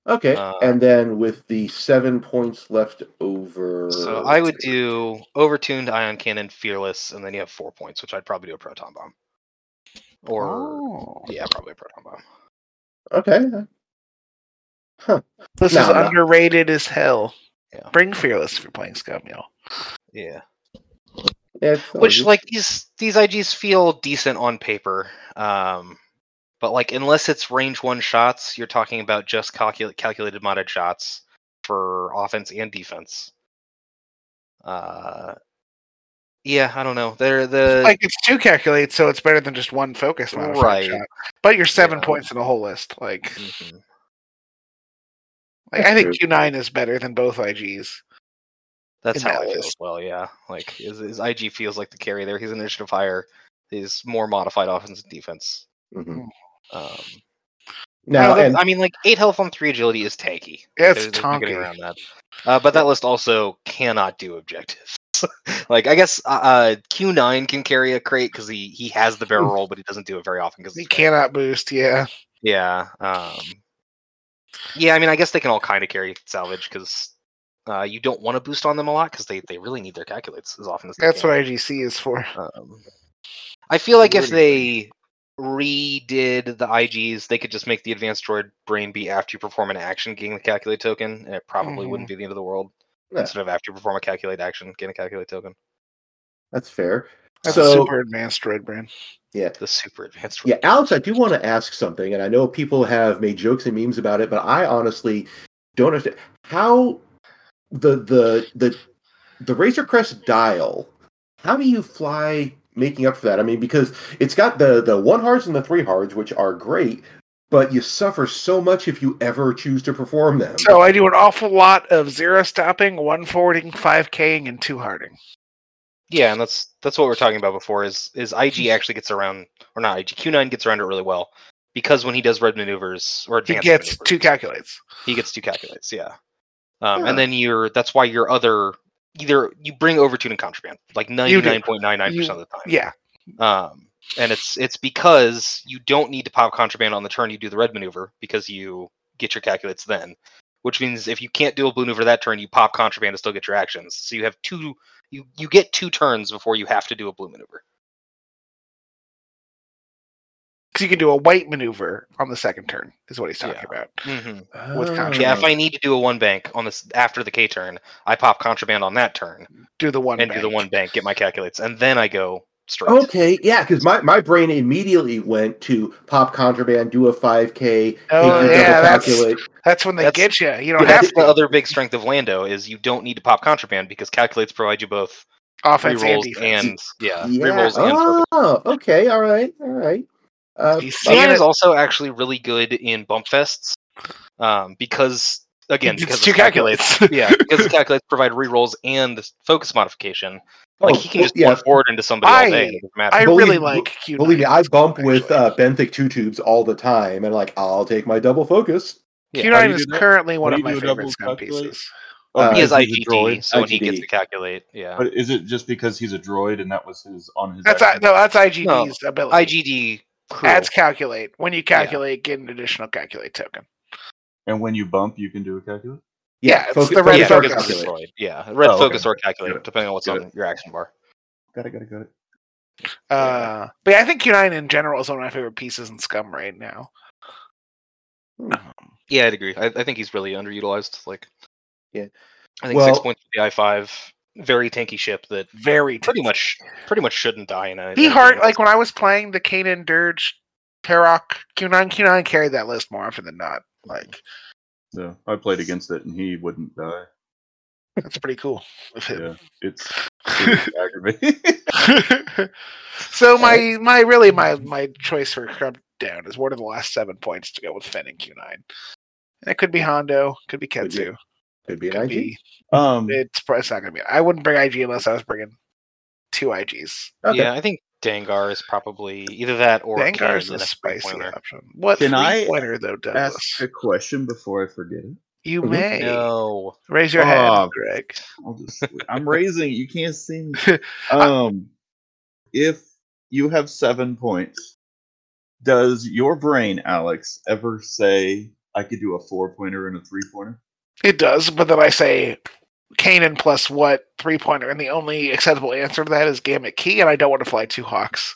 Speaker 2: Okay,
Speaker 4: Uh,
Speaker 2: and then with the seven points left over,
Speaker 4: So I would do overtuned ion cannon, fearless, and then you have four points, which I'd probably do a proton bomb. Or
Speaker 3: Oh.
Speaker 4: yeah, probably a proton bomb.
Speaker 2: Okay,
Speaker 3: This
Speaker 2: No,
Speaker 3: is
Speaker 2: no.
Speaker 3: underrated as hell.
Speaker 4: Yeah.
Speaker 3: Bring Fearless if you're playing Scum, y'all.
Speaker 4: Yeah.
Speaker 2: that's
Speaker 4: Which
Speaker 2: eligible.
Speaker 4: like these these IGs feel decent on paper. Um but like unless it's range one shots, you're talking about just calculate calculated modded shots for offense and defense. Uh yeah, I don't know. They're the
Speaker 3: Like it's two calculates, so it's better than just one focus modifier
Speaker 4: Right.
Speaker 3: shot. But you're seven
Speaker 4: Yeah.
Speaker 3: points in the whole list. Like,
Speaker 4: Mhm.
Speaker 3: like
Speaker 2: That's
Speaker 3: I think
Speaker 2: true.
Speaker 3: Q nine is better than both IGs.
Speaker 4: That's
Speaker 3: in
Speaker 4: how
Speaker 3: that
Speaker 4: I feel as
Speaker 3: list.
Speaker 4: well. Yeah, like his, his IG feels like the carry there. He's an initiative higher. is more modified offense and defense.
Speaker 2: Mhm.
Speaker 4: Um,
Speaker 2: Now,
Speaker 4: I,
Speaker 2: and,
Speaker 4: I mean, like eight health on three agility is tanky.
Speaker 3: Yeah, it's
Speaker 4: There's- there's no getting
Speaker 3: tanky.
Speaker 4: around that. Uh, but that list also cannot do objectives. like I guess uh, uh, Q9 can carry a crate because he he has the barrel roll, but he doesn't do it very often because
Speaker 3: He cannot boost. Yeah,
Speaker 4: Yeah. Um, yeah, I mean, I guess they can all kind of carry salvage because uh, you don't want to boost on them a lot because they, they really need their calculates as often as they
Speaker 3: that's
Speaker 4: can.
Speaker 3: what IGC is for.
Speaker 4: Um, I feel like if
Speaker 2: What do
Speaker 4: they redid the IGs, they could just make the advanced droid brain be after you perform an action, getting the calculate token, and it probably wouldn't be the end of the world.
Speaker 2: Mm-hmm. Yeah.
Speaker 4: Instead of after you perform a calculate action, getting a calculate token.
Speaker 2: that's fair.
Speaker 3: That's a
Speaker 2: So-
Speaker 3: super advanced droid brand.
Speaker 2: Yeah.
Speaker 4: The super advanced.
Speaker 2: Yeah,
Speaker 4: droid.
Speaker 2: Alex, I do want to ask something, and I know people have made jokes and memes about it, but I honestly don't understand how the the the the Razor Crest dial. How do you fly making up for that? I mean, because it's got the the one hards and the three hards, which are great, but you suffer so much if you ever choose to perform them.
Speaker 3: So I do an awful lot of zero stopping, one forwarding, five King, and two harding.
Speaker 4: Yeah, and that's that's what we are talking about before. Is is IG
Speaker 2: Mm-hmm.
Speaker 4: actually gets around or not? IG Q9 gets around it really well because when he does red maneuvers or
Speaker 3: He
Speaker 4: advanced
Speaker 3: gets
Speaker 4: maneuvers,
Speaker 3: two calculates.
Speaker 4: he gets two calculates. Yeah, um,
Speaker 2: Yeah.
Speaker 4: and then you're that's why your other either you bring overtune and contraband like ninety
Speaker 3: You do.
Speaker 4: nine point nine nine percent
Speaker 3: You-
Speaker 4: of the time.
Speaker 3: Yeah,
Speaker 4: Um, and it's it's because you don't need to pop contraband on the turn you do the red maneuver because you get your calculates then, which means if you can't do a blue maneuver that turn, you pop contraband to still get your actions. So you have two you you get two turns before you have to do a blue maneuver.
Speaker 3: because you can do a white maneuver on the second turn. Is what he's talking
Speaker 4: Yeah.
Speaker 3: about.
Speaker 2: Oh.
Speaker 4: Yeah,
Speaker 3: contraband.
Speaker 4: if I need to do a one bank on this after the K turn, I pop contraband on that turn
Speaker 3: Do the one
Speaker 4: and do the
Speaker 3: bank.
Speaker 4: one bank, get my calculates, and then I go straight.
Speaker 2: Okay, yeah, because my, my brain immediately went to pop contraband, do a 5K,
Speaker 3: Oh,
Speaker 2: take your double
Speaker 3: yeah, that's-
Speaker 2: calculate.
Speaker 3: That's when they
Speaker 4: That's-
Speaker 3: get you. You don't
Speaker 4: But that's
Speaker 3: have
Speaker 4: the
Speaker 3: to
Speaker 4: other big strength of Lando is you don't need to pop contraband because calculates provide you both
Speaker 3: offense and
Speaker 4: rerolls
Speaker 3: defense.
Speaker 4: and yeah,
Speaker 2: Yeah.
Speaker 4: rerolls and further.
Speaker 2: oh, okay. All right. All right. Uh,
Speaker 3: He's
Speaker 2: but-
Speaker 3: seen
Speaker 4: Stan
Speaker 3: it.
Speaker 4: is also actually really good in bump fests um, because again
Speaker 3: It's
Speaker 4: because
Speaker 3: two
Speaker 4: of calculates.
Speaker 3: calculates.
Speaker 4: yeah, because the calculates provide rerolls and the focus modification. Like
Speaker 2: oh,
Speaker 4: he can just
Speaker 2: yeah.
Speaker 4: one forward into somebody all day.
Speaker 3: I-
Speaker 4: and it doesn't matter.
Speaker 3: I
Speaker 2: Believe-
Speaker 3: really like Q.
Speaker 2: Believe me, I bump with
Speaker 3: actually.
Speaker 2: uh, benthic two tubes all the time, and like I'll take my double focus.
Speaker 4: Yeah.
Speaker 5: How do
Speaker 3: Q9
Speaker 5: you
Speaker 3: is
Speaker 5: do that?
Speaker 3: currently one
Speaker 5: How
Speaker 3: of
Speaker 5: do
Speaker 3: my
Speaker 5: you do a double
Speaker 3: favorite gun
Speaker 5: calculate?
Speaker 3: pieces.
Speaker 2: Uh,
Speaker 4: Oh, he has
Speaker 5: because he's
Speaker 4: IGD,
Speaker 5: a droid.
Speaker 4: so when he gets
Speaker 2: IGD.
Speaker 4: to calculate, yeah.
Speaker 5: But is it just because he's a droid and that was his on his?
Speaker 3: That's I-
Speaker 5: action?
Speaker 3: no, that's IGD's ability.
Speaker 4: IGD crew.
Speaker 3: Adds calculate. When you calculate, get an additional calculate token.
Speaker 5: And when you bump, you can do a calculate.
Speaker 3: Yeah, it's the red
Speaker 4: yeah,
Speaker 2: or
Speaker 4: focus
Speaker 3: focus.
Speaker 4: or droid. Yeah, red
Speaker 5: Oh, okay.
Speaker 4: focus or
Speaker 5: Got
Speaker 4: calculate,
Speaker 5: it.
Speaker 4: depending on what's
Speaker 5: Got
Speaker 4: on your action bar.
Speaker 5: Got it. Got it. Got it.
Speaker 3: Uh, but yeah, I think Q9 in general is one of my favorite pieces in Scum right now.
Speaker 4: Hmm. Yeah, I'd agree. I, I think he's really underutilized. Like,
Speaker 2: Yeah.
Speaker 4: I think six
Speaker 2: Well-
Speaker 4: points for the I five, very tanky ship that
Speaker 3: Very
Speaker 4: pretty
Speaker 3: tasty.
Speaker 4: much pretty much shouldn't die in a.
Speaker 3: He
Speaker 4: in a
Speaker 3: hard
Speaker 4: game.
Speaker 3: like when I was playing the Kanan Dirge, Tarok, Q9, Q9 carried that list more often than not. Like
Speaker 5: Yeah, I played against it and he wouldn't die.
Speaker 3: that's pretty cool of him.
Speaker 5: Yeah, it's it's aggravating.
Speaker 3: so my my really my
Speaker 5: mm-hmm.
Speaker 3: my choice for crump down is what are the last seven points to go with Finn and Q nine. And it could be Hondo, could be
Speaker 2: Could be
Speaker 3: Ketsu,
Speaker 2: Could be an
Speaker 3: could
Speaker 2: IG.
Speaker 3: be
Speaker 5: um,
Speaker 3: it's probably it's not gonna be. I wouldn't bring IG unless I was bringing two IGs.
Speaker 2: Okay.
Speaker 4: Yeah, I think Dangar is probably either that or
Speaker 3: Dangar's
Speaker 4: Kanan
Speaker 3: a
Speaker 4: in a
Speaker 3: spicy
Speaker 4: three-pointer.
Speaker 3: option. What
Speaker 5: Can I
Speaker 3: three pointer though, Douglas?
Speaker 5: ask a question before I forget it.
Speaker 3: You
Speaker 2: Mhm.
Speaker 3: may
Speaker 4: No.
Speaker 3: raise your hand,
Speaker 5: Oh.
Speaker 3: Greg.
Speaker 5: I'll just. I'm raising. You can't see me. Um, if you have seven points, does your brain, Alex, ever say I could do a four pointer and a three pointer?
Speaker 3: It does, but then I say Kanan plus what three pointer, and the only acceptable answer to that is Gamut Key, and I don't want to fly two hawks.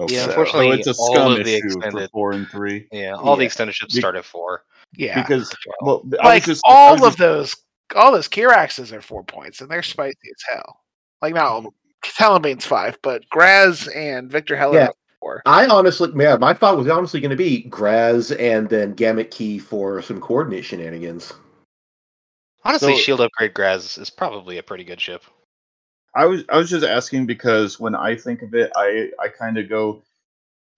Speaker 5: Okay.
Speaker 4: Yeah,
Speaker 3: So-
Speaker 4: unfortunately,
Speaker 5: so it's a
Speaker 4: all
Speaker 5: scum
Speaker 4: of the
Speaker 5: issue for
Speaker 4: extended,
Speaker 5: four and three.
Speaker 4: yeah, all the
Speaker 5: Yeah.
Speaker 4: extended ships
Speaker 5: Be-
Speaker 4: start at four.
Speaker 3: Yeah.
Speaker 5: Because
Speaker 4: Wow.
Speaker 5: well, I
Speaker 3: like
Speaker 5: was just I
Speaker 3: all
Speaker 5: was
Speaker 3: of
Speaker 5: just-
Speaker 3: those all those Kiraxes are four points and they're spicy as hell. Like not all of them. Talonbane's five, but Graz and Victor Heller
Speaker 2: Yeah.
Speaker 3: are four.
Speaker 2: I honestly, yeah, my thought was honestly going to be Graz and then Gamut Key for some coordinate shenanigans.
Speaker 4: Honestly,
Speaker 5: So-
Speaker 4: shield upgrade Graz is probably a pretty good ship.
Speaker 5: I was I was just asking because when I think of it, I I kind of go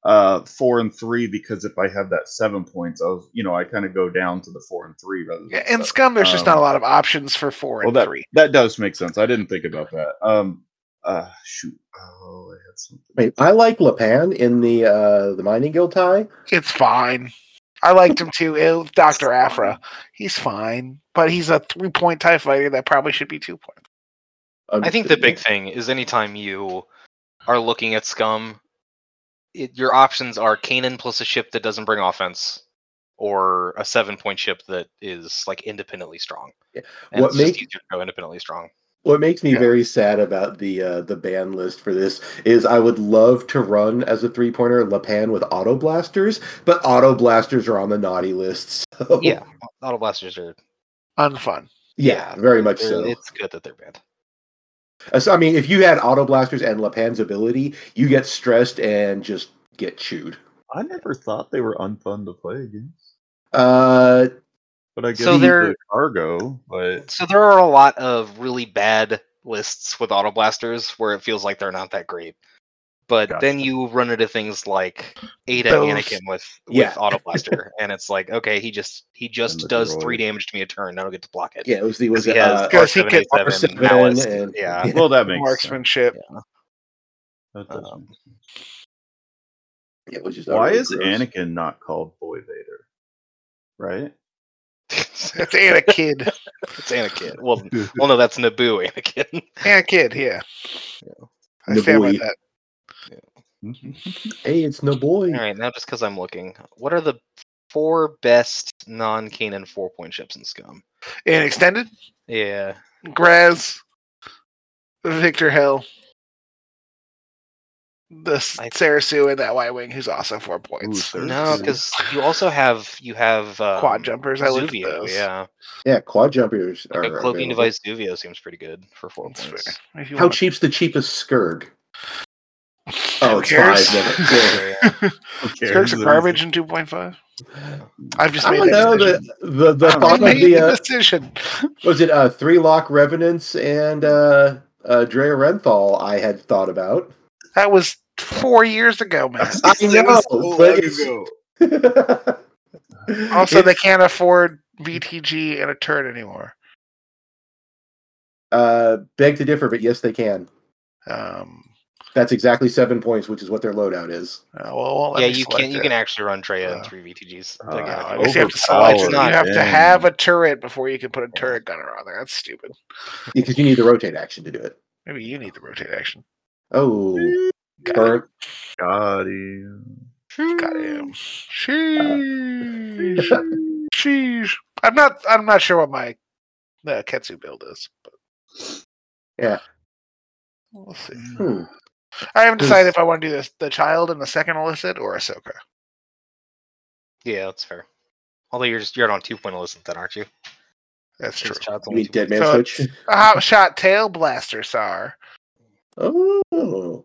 Speaker 5: uh four and three because if I have that seven points, I was you know I kind of go down to the four and three rather than
Speaker 3: Yeah, in
Speaker 5: seven.
Speaker 3: Scum there's just not a
Speaker 5: Uh, Um,
Speaker 3: lot of options for four and
Speaker 5: well, that
Speaker 3: three.
Speaker 5: that does make sense. I didn't think about that. Um, uh shoot. Oh, I had something.
Speaker 2: I mean, I like Lapan in the uh, the mining guild tie.
Speaker 3: It's fine. I liked him too. It was Dr. Afra. He's fine. But he's a three point TIE fighter that probably should be two points.
Speaker 4: I think the big thing is anytime you are looking at scum, it, your options are Kanan plus a ship that doesn't bring offense, or a seven point ship that is like independently strong.
Speaker 2: Yeah.
Speaker 4: And
Speaker 2: What
Speaker 4: it's just
Speaker 2: make-
Speaker 4: easier to go independently strong.
Speaker 2: What makes me
Speaker 3: Yeah.
Speaker 2: very sad about the uh, the ban list for this is I would love to run as a three pointer Lapan with auto blasters, but auto blasters are on the naughty list. So
Speaker 4: Yeah, auto blasters are.
Speaker 3: Unfun.
Speaker 2: yeah, very much
Speaker 4: they're-
Speaker 2: so.
Speaker 4: It's good that they're banned.
Speaker 2: Uh, so, I mean, if you had auto blasters and Lapan's ability, you get stressed and just get chewed.
Speaker 5: I never thought they were unfun to play against.
Speaker 2: Uh,
Speaker 5: But I guess
Speaker 4: So they're-
Speaker 5: the cargo, but
Speaker 4: So there are a lot of really bad lists with auto blasters where it feels like they're not that great. But
Speaker 5: Gotcha.
Speaker 4: then you run into things like Ada
Speaker 3: Those-
Speaker 4: Anakin with with
Speaker 2: Yeah.
Speaker 4: auto blaster, and it's like, okay, he just he just
Speaker 5: the
Speaker 4: does
Speaker 5: droid.
Speaker 4: three damage to me a turn. Now I get to block it.
Speaker 2: yeah, it was the was
Speaker 4: Because he
Speaker 2: it,
Speaker 4: has
Speaker 2: uh,
Speaker 3: Because he could-
Speaker 4: R787
Speaker 2: R7
Speaker 4: malice.
Speaker 2: and-
Speaker 4: yeah.
Speaker 5: well, that makes sense.
Speaker 3: Marksmanship.
Speaker 5: That does
Speaker 4: Um,
Speaker 5: make sense.
Speaker 2: it was just
Speaker 5: Why
Speaker 2: utterly
Speaker 5: is
Speaker 2: gross.
Speaker 5: Anakin not called Boy Vader? Right?
Speaker 3: It's Anakin.
Speaker 4: it's Anakin. Well, well, no, that's Naboo Anakin.
Speaker 3: Anakin, yeah. I stand by
Speaker 2: Naboo.
Speaker 3: that.
Speaker 2: Hey, it's no boy.
Speaker 4: All right, now just because I'm looking, what are the four best non-Kanan four-point ships in Scum?
Speaker 3: And extended,
Speaker 4: Yeah,
Speaker 3: Graz, Victor Hill, the S-
Speaker 4: I-
Speaker 3: Sarasu, and that Y Wing, who's also four
Speaker 5: Ooh,
Speaker 3: points.
Speaker 5: Sarasu.
Speaker 4: no, because you also have you have um,
Speaker 3: Quad jumpers, I looked at
Speaker 4: Zuvio,
Speaker 3: those.
Speaker 4: yeah,
Speaker 2: Yeah, quad jumpers
Speaker 4: like
Speaker 2: are
Speaker 4: a cloaking
Speaker 2: available.
Speaker 4: device. Zuvio seems pretty good for four
Speaker 3: That's
Speaker 4: points.
Speaker 3: fair. If you
Speaker 2: How
Speaker 3: want
Speaker 2: cheap's the cheapest Skirg?
Speaker 3: Who
Speaker 2: Oh, it's
Speaker 3: cares?
Speaker 2: five. never- yeah.
Speaker 5: Who
Speaker 3: to,
Speaker 5: cares?
Speaker 3: Skirks are garbage in 2.5. I've just
Speaker 2: I
Speaker 3: made
Speaker 2: don't
Speaker 3: that
Speaker 2: know
Speaker 3: decision.
Speaker 2: the the, the
Speaker 5: I don't
Speaker 2: thought
Speaker 3: I
Speaker 2: of
Speaker 3: made
Speaker 2: the
Speaker 3: the
Speaker 2: uh,
Speaker 3: decision.
Speaker 2: was it uh, three lock revenants and uh, uh, Drea Renthal I had thought about.
Speaker 3: That was four years ago, man.
Speaker 2: I know, but it's,
Speaker 3: Also, they
Speaker 2: It's,
Speaker 3: can't afford VTG and a turd anymore.
Speaker 2: uh, beg to differ, but yes, they can.
Speaker 3: Um,
Speaker 2: That's exactly seven points, which is what their loadout is.
Speaker 3: uh, well, it won't let
Speaker 4: Yeah,
Speaker 3: me
Speaker 4: you
Speaker 3: select
Speaker 4: can you
Speaker 3: it.
Speaker 4: can actually run Treya in
Speaker 3: Uh,
Speaker 4: three VTGs.
Speaker 5: uh,
Speaker 4: Like,
Speaker 3: No,
Speaker 4: yeah,
Speaker 3: I
Speaker 4: if you
Speaker 3: guess you have to select
Speaker 5: Overpowered,
Speaker 3: it. You have to
Speaker 5: dang.
Speaker 3: have a turret before you can put a turret gunner on there. That's stupid.
Speaker 2: Because you need the rotate action to do it.
Speaker 3: Maybe you need the rotate action.
Speaker 2: Oh,
Speaker 3: Mm, Got it.
Speaker 2: burnt.
Speaker 5: God, yeah.
Speaker 3: Got
Speaker 2: Mm,
Speaker 3: him. Sheesh. Sheesh. I'm not. I'm not sure what my uh, Ketsu build is, but
Speaker 2: Yeah.
Speaker 3: we'll see.
Speaker 2: Hmm.
Speaker 3: I haven't
Speaker 2: Does-
Speaker 3: decided if I want to do this: the child and the second illicit or Ahsoka.
Speaker 4: yeah, that's fair. Although you're just you're on two point illicit then, aren't you?
Speaker 3: That's true.
Speaker 4: Since Child's
Speaker 2: You
Speaker 4: only
Speaker 2: mean
Speaker 4: two
Speaker 2: dead
Speaker 4: points.
Speaker 2: man
Speaker 3: So
Speaker 2: switch?
Speaker 3: A hot shot tail blaster, Sar.
Speaker 2: Oh,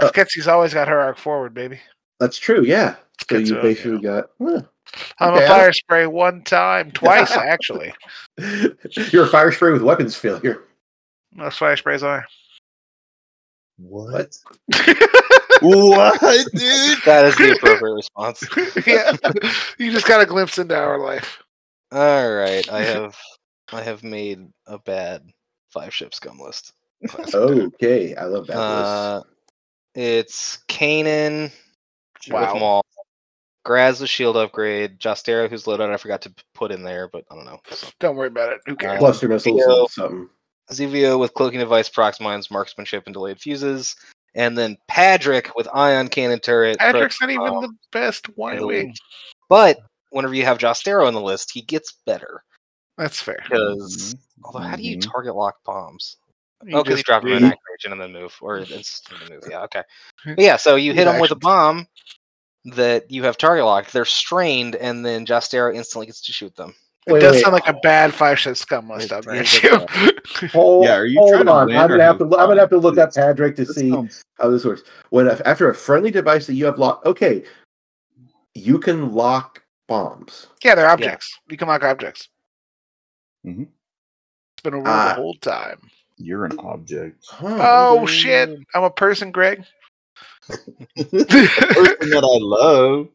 Speaker 2: Uh,
Speaker 3: Ketsu's always got her arc forward, baby.
Speaker 2: that's true. Yeah. So
Speaker 3: Good
Speaker 2: you
Speaker 3: job,
Speaker 2: basically got. huh.
Speaker 3: I'm
Speaker 2: Okay,
Speaker 3: a
Speaker 2: I
Speaker 3: fire spray one time, twice actually.
Speaker 2: You're a fire spray with weapons failure.
Speaker 3: Most fire sprays are.
Speaker 5: What? what, dude?
Speaker 4: That is the appropriate response.
Speaker 3: yeah, you just got a glimpse into our life.
Speaker 4: All right, I have I have made a bad five ship scum list.
Speaker 2: Okay, I love that list.
Speaker 4: Uh, it's Kanan with
Speaker 3: Wow.
Speaker 4: Maul, Graz with shield upgrade, Jostera who's loaded. I forgot to p- put in there, but I don't know. So,
Speaker 3: Don't worry about it. Who cares?
Speaker 4: Uh,
Speaker 2: Cluster missiles
Speaker 4: Theo-
Speaker 2: and something.
Speaker 4: Zuvio with cloaking device, prox mines, marksmanship, and delayed fuses, and then Padrick with ion cannon turret. pro-
Speaker 3: Patrick's not even
Speaker 4: um,
Speaker 3: the best Y
Speaker 4: and the
Speaker 3: wing.
Speaker 4: lead. But whenever you have Jostero on the list, he gets better
Speaker 3: That's fair.
Speaker 4: because although how do you
Speaker 5: Mhm.
Speaker 4: target lock bombs?
Speaker 3: Mm-hmm. You
Speaker 4: Oh, because you
Speaker 3: just
Speaker 4: drop him in
Speaker 3: do.
Speaker 4: activation and then move, or it's the move. Yeah, okay. But yeah, so you hit
Speaker 3: Move
Speaker 4: him with a
Speaker 3: actions.
Speaker 4: bomb that you have target locked. They're strained, and then Jostero instantly gets to shoot them.
Speaker 3: It does sound like a bad five ship scum list.
Speaker 4: It-
Speaker 3: I'm there
Speaker 4: it
Speaker 3: too.
Speaker 2: Hold,
Speaker 5: Yeah, are you trying
Speaker 2: hold
Speaker 5: to
Speaker 2: on.
Speaker 5: win
Speaker 2: I'm
Speaker 5: or
Speaker 2: gonna have
Speaker 5: have
Speaker 2: to. lo- I'm gonna
Speaker 5: fun?
Speaker 2: have to look up
Speaker 5: This-
Speaker 2: Patrick to
Speaker 5: this
Speaker 2: see
Speaker 5: sounds-
Speaker 2: how this works. When if- after a friendly device that you have locked, okay, you can lock bombs.
Speaker 3: Yeah, Mm-hmm. they're objects. You can lock objects.
Speaker 5: Mhm.
Speaker 3: It's been a rule
Speaker 2: Ah.
Speaker 3: the whole time.
Speaker 5: You're an object.
Speaker 2: Huh,
Speaker 3: Oh
Speaker 2: okay.
Speaker 3: shit! I'm a person, Greg.
Speaker 5: Person that I love.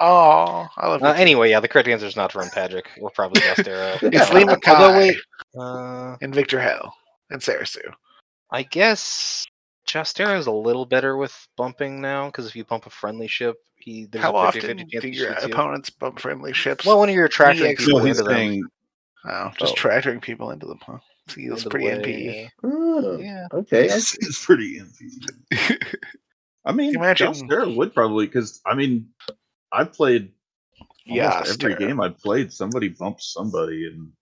Speaker 3: Oh, I love
Speaker 4: Uh,
Speaker 3: it.
Speaker 4: anyway, yeah, the correct answer is not to run Padrick. We're probably Jostero.
Speaker 3: It's
Speaker 4: Uh,
Speaker 3: Lee Mackay
Speaker 4: although wait, uh,
Speaker 3: and Victor Hell and Sarasu.
Speaker 4: I guess Chastera is a little better with bumping now because if you bump a friendly ship, he there's
Speaker 3: How
Speaker 4: a
Speaker 3: often
Speaker 4: 50/50 chance
Speaker 3: do
Speaker 4: he
Speaker 3: your
Speaker 4: shoots you.
Speaker 3: opponents bump friendly ships?
Speaker 4: Well, one of your attracting
Speaker 3: Yeah,
Speaker 4: people
Speaker 5: No, he's
Speaker 4: into them.
Speaker 5: saying
Speaker 3: oh, just
Speaker 5: oh.
Speaker 3: tractoring people into them, huh? See, that's
Speaker 4: into the
Speaker 3: pretty E.
Speaker 4: way,
Speaker 3: NPE.
Speaker 2: Oh,
Speaker 4: Yeah.
Speaker 2: okay. I
Speaker 5: it's, it's pretty empty. I mean,
Speaker 3: Imagine-
Speaker 5: Dalstara would probably because I mean, I played
Speaker 3: Yeah,
Speaker 5: almost every
Speaker 3: Astera.
Speaker 5: game I played. Somebody bumps somebody, and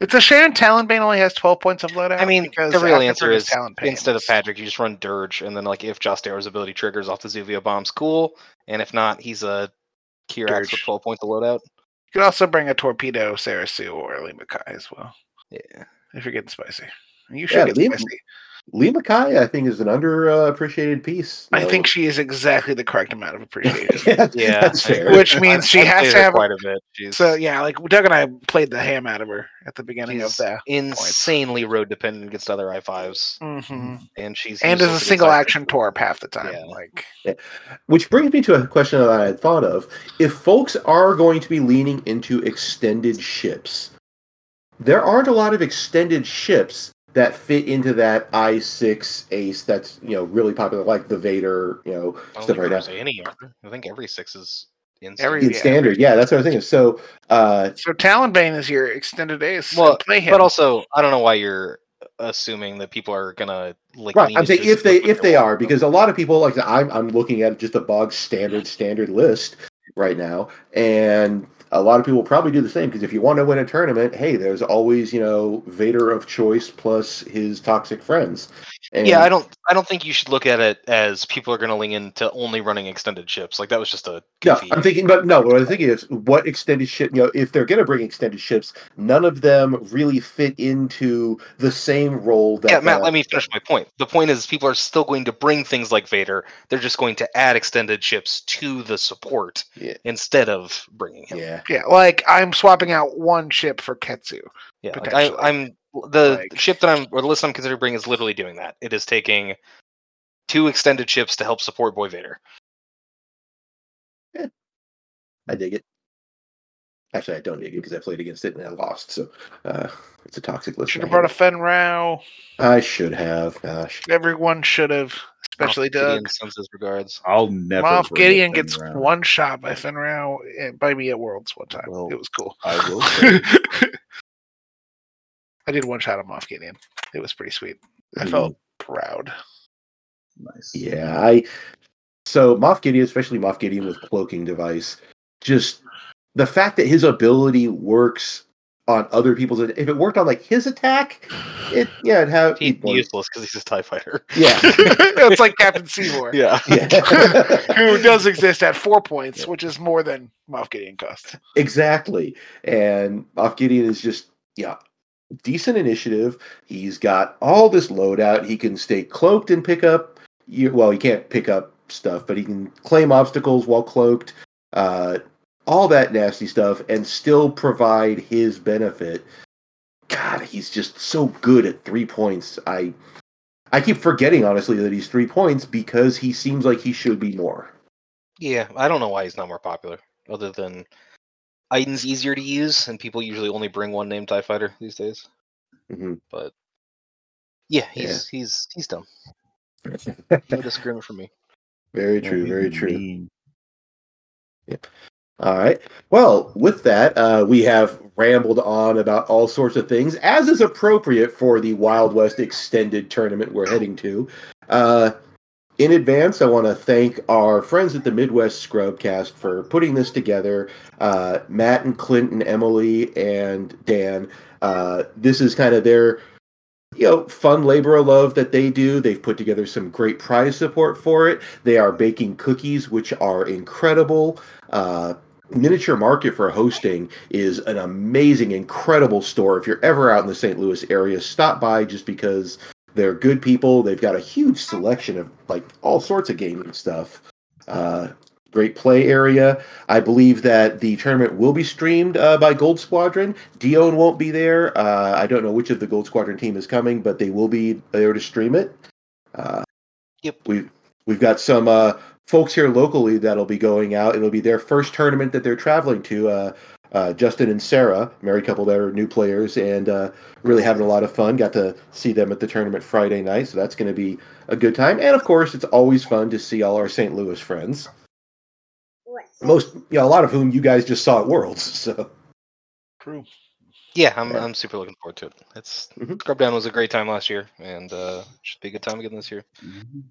Speaker 3: It's a shame Talonbane only has 12 points of loadout.
Speaker 4: I mean,
Speaker 3: because
Speaker 4: the real
Speaker 3: Afterbirth
Speaker 4: answer is
Speaker 3: Talonbane.
Speaker 4: instead of Patrick, you just run Dirge, and then like if Jostera's ability triggers off the Zuvia bombs, cool. And if not, he's a Kirax with
Speaker 3: Dirge.
Speaker 4: 12 points of loadout.
Speaker 3: You could also bring a torpedo, Sarasu, or Lee Makai as well,
Speaker 4: Yeah.
Speaker 3: if you're getting spicy. You
Speaker 2: Yeah,
Speaker 3: should get
Speaker 2: Lee-
Speaker 3: spicy.
Speaker 2: Lee Mackay, I think, is an underappreciated piece.
Speaker 3: I
Speaker 2: No.
Speaker 3: think she is exactly the correct amount of appreciation.
Speaker 2: yeah,
Speaker 4: Yeah,
Speaker 2: that's
Speaker 4: I
Speaker 2: fair.
Speaker 4: agree.
Speaker 3: Which means she
Speaker 4: I've
Speaker 3: has
Speaker 4: played
Speaker 3: to
Speaker 4: her
Speaker 3: have a-
Speaker 4: quite a bit. She's,
Speaker 3: so, yeah, like Doug and I played the ham out of her at the beginning
Speaker 4: she's
Speaker 3: of
Speaker 4: insanely road dependent against other I5s,
Speaker 3: the. hmm
Speaker 4: and she's
Speaker 3: And
Speaker 4: useless
Speaker 3: as a
Speaker 4: against
Speaker 3: single
Speaker 4: I5s.
Speaker 3: action torp half the time.
Speaker 4: Yeah.
Speaker 3: Like,
Speaker 2: Which brings me to a question that I had thought of. If folks are going to be leaning into extended ships, there aren't a lot of extended ships that fit into that I six ace that's you know really popular, like the Vader, you know,
Speaker 4: I don't
Speaker 2: stuff
Speaker 4: think
Speaker 2: right now.
Speaker 4: there's any are. I think every six is instant.
Speaker 3: Every-
Speaker 2: In
Speaker 3: yeah.
Speaker 2: standard, yeah, that's what I was thinking. So uh
Speaker 3: so Talonbane is your extended ace.
Speaker 4: Well,
Speaker 3: and play him.
Speaker 4: But also, I don't know why you're assuming that people are gonna like.
Speaker 2: Right,
Speaker 4: lean
Speaker 2: I'm saying
Speaker 4: into
Speaker 2: if they
Speaker 4: what
Speaker 2: if they
Speaker 4: want.
Speaker 2: are because a lot of people like I'm I'm looking at just a bog standard standard list right now, and a lot of people probably do the same because if you want to win a tournament, hey, there's always you know Vader of choice plus his toxic friends. And
Speaker 4: yeah, I don't. I don't think you should look at it as people are gonna lean into only running extended ships. Like that was just a.
Speaker 2: No,
Speaker 4: goofy-
Speaker 2: I'm thinking, but no. What I'm thinking is, what extended ship? You know, if they're going to bring extended ships, none of them really fit into the same role that.
Speaker 4: Yeah, Matt.
Speaker 2: uh,
Speaker 4: Let me finish my point. The point is, people are still going to bring things like Vader. They're just going to add extended ships to the support
Speaker 2: Yeah.
Speaker 4: instead of bringing him.
Speaker 2: Yeah,
Speaker 3: yeah, like I'm swapping out one ship for Ketsu.
Speaker 4: Yeah, like, I,
Speaker 3: potentially.
Speaker 4: I'm the
Speaker 3: Like-
Speaker 4: ship that I'm or the list I'm considering bringing is literally doing that. It is taking two extended ships to help support Boy Vader.
Speaker 2: I dig it. Actually, I don't dig it because I played against it and I lost, so uh, it's a toxic list.
Speaker 3: Should
Speaker 2: and
Speaker 3: have
Speaker 2: I hate
Speaker 3: brought a Fen Rao.
Speaker 2: it. I should have. Gosh.
Speaker 3: Everyone should have, especially
Speaker 4: Gideon
Speaker 3: Doug.
Speaker 4: sends his regards.
Speaker 5: I'll never.
Speaker 3: Moff
Speaker 5: bring a
Speaker 3: Gideon
Speaker 5: thing
Speaker 3: gets
Speaker 5: around.
Speaker 3: one shot by Fen Rao and by me at Worlds one time.
Speaker 5: Well,
Speaker 3: it was cool.
Speaker 5: I will. Say,
Speaker 3: I did one shot on Moff Gideon. It was pretty sweet. I felt proud.
Speaker 5: nice.
Speaker 2: Yeah, I. So Moff Gideon, especially Moff Gideon with cloaking device, just the fact that his ability works on other people's. If it worked on like his attack, it yeah, it'd have.
Speaker 4: He's
Speaker 2: he'd win.
Speaker 4: useless because he's a Tie Fighter.
Speaker 2: Yeah.
Speaker 3: it's like Captain Seymour,
Speaker 4: yeah.
Speaker 2: yeah.
Speaker 3: who does exist at four points, which is more than Moff Gideon costs.
Speaker 2: Exactly. And Moff Gideon is just, yeah, decent initiative. He's got all this loadout. He can stay cloaked and pick up, you, well, he can't pick up stuff, but he can claim obstacles while cloaked, uh, all that nasty stuff, and still provide his benefit. God, he's just so good at three points. I. I keep forgetting, honestly, that he's three points because he seems like he should be more.
Speaker 4: Yeah, I don't know why he's not more popular, other than Iden's easier to use, and people usually only bring one name Tie E Fighter these days.
Speaker 2: Mhm.
Speaker 4: But yeah, he's he's he's dumb. No disagreement from me.
Speaker 2: Very
Speaker 5: Yeah,
Speaker 2: true,
Speaker 5: he's
Speaker 2: very true.
Speaker 5: mean.
Speaker 2: All right. Well, with that, uh, we have rambled on about all sorts of things, as is appropriate for the Wild West extended tournament we're heading to. Uh, in advance, I want to thank our friends at the Midwest Scrubcast for putting this together. Uh, Matt and Clint and Emily and Dan. Uh, this is kind of their you know fun labor of love that they do. They've put together some great prize support for it. They are baking cookies, which are incredible. Uh, Miniature Market for hosting is an amazing, incredible store. If you're ever out in the St. Louis area, stop by just because they're good people. They've got a huge selection of like all sorts of gaming stuff. Uh, great play area. I believe that the tournament will be streamed uh, by Gold Squadron. Dion won't be there. Uh, I don't know which of the Gold Squadron team is coming, but they will be there to stream it. Uh,
Speaker 4: Yep.
Speaker 2: We've we've got some uh, folks here locally that'll be going out. It'll be their first tournament that they're traveling to. Uh, Uh, Justin and Sarah, married couple that are new players and uh, really having a lot of fun. Got to see them at the tournament Friday night, so that's going to be a good time. And of course, it's always fun to see all our St. Louis friends. Most, you know, a lot of whom you guys just saw at Worlds. So
Speaker 3: True.
Speaker 4: Yeah, I'm,
Speaker 2: Yeah.
Speaker 4: I'm super looking forward to it. It's
Speaker 2: Mhm.
Speaker 4: Scrub Down was a great time last year, and uh, should be a good time again this year.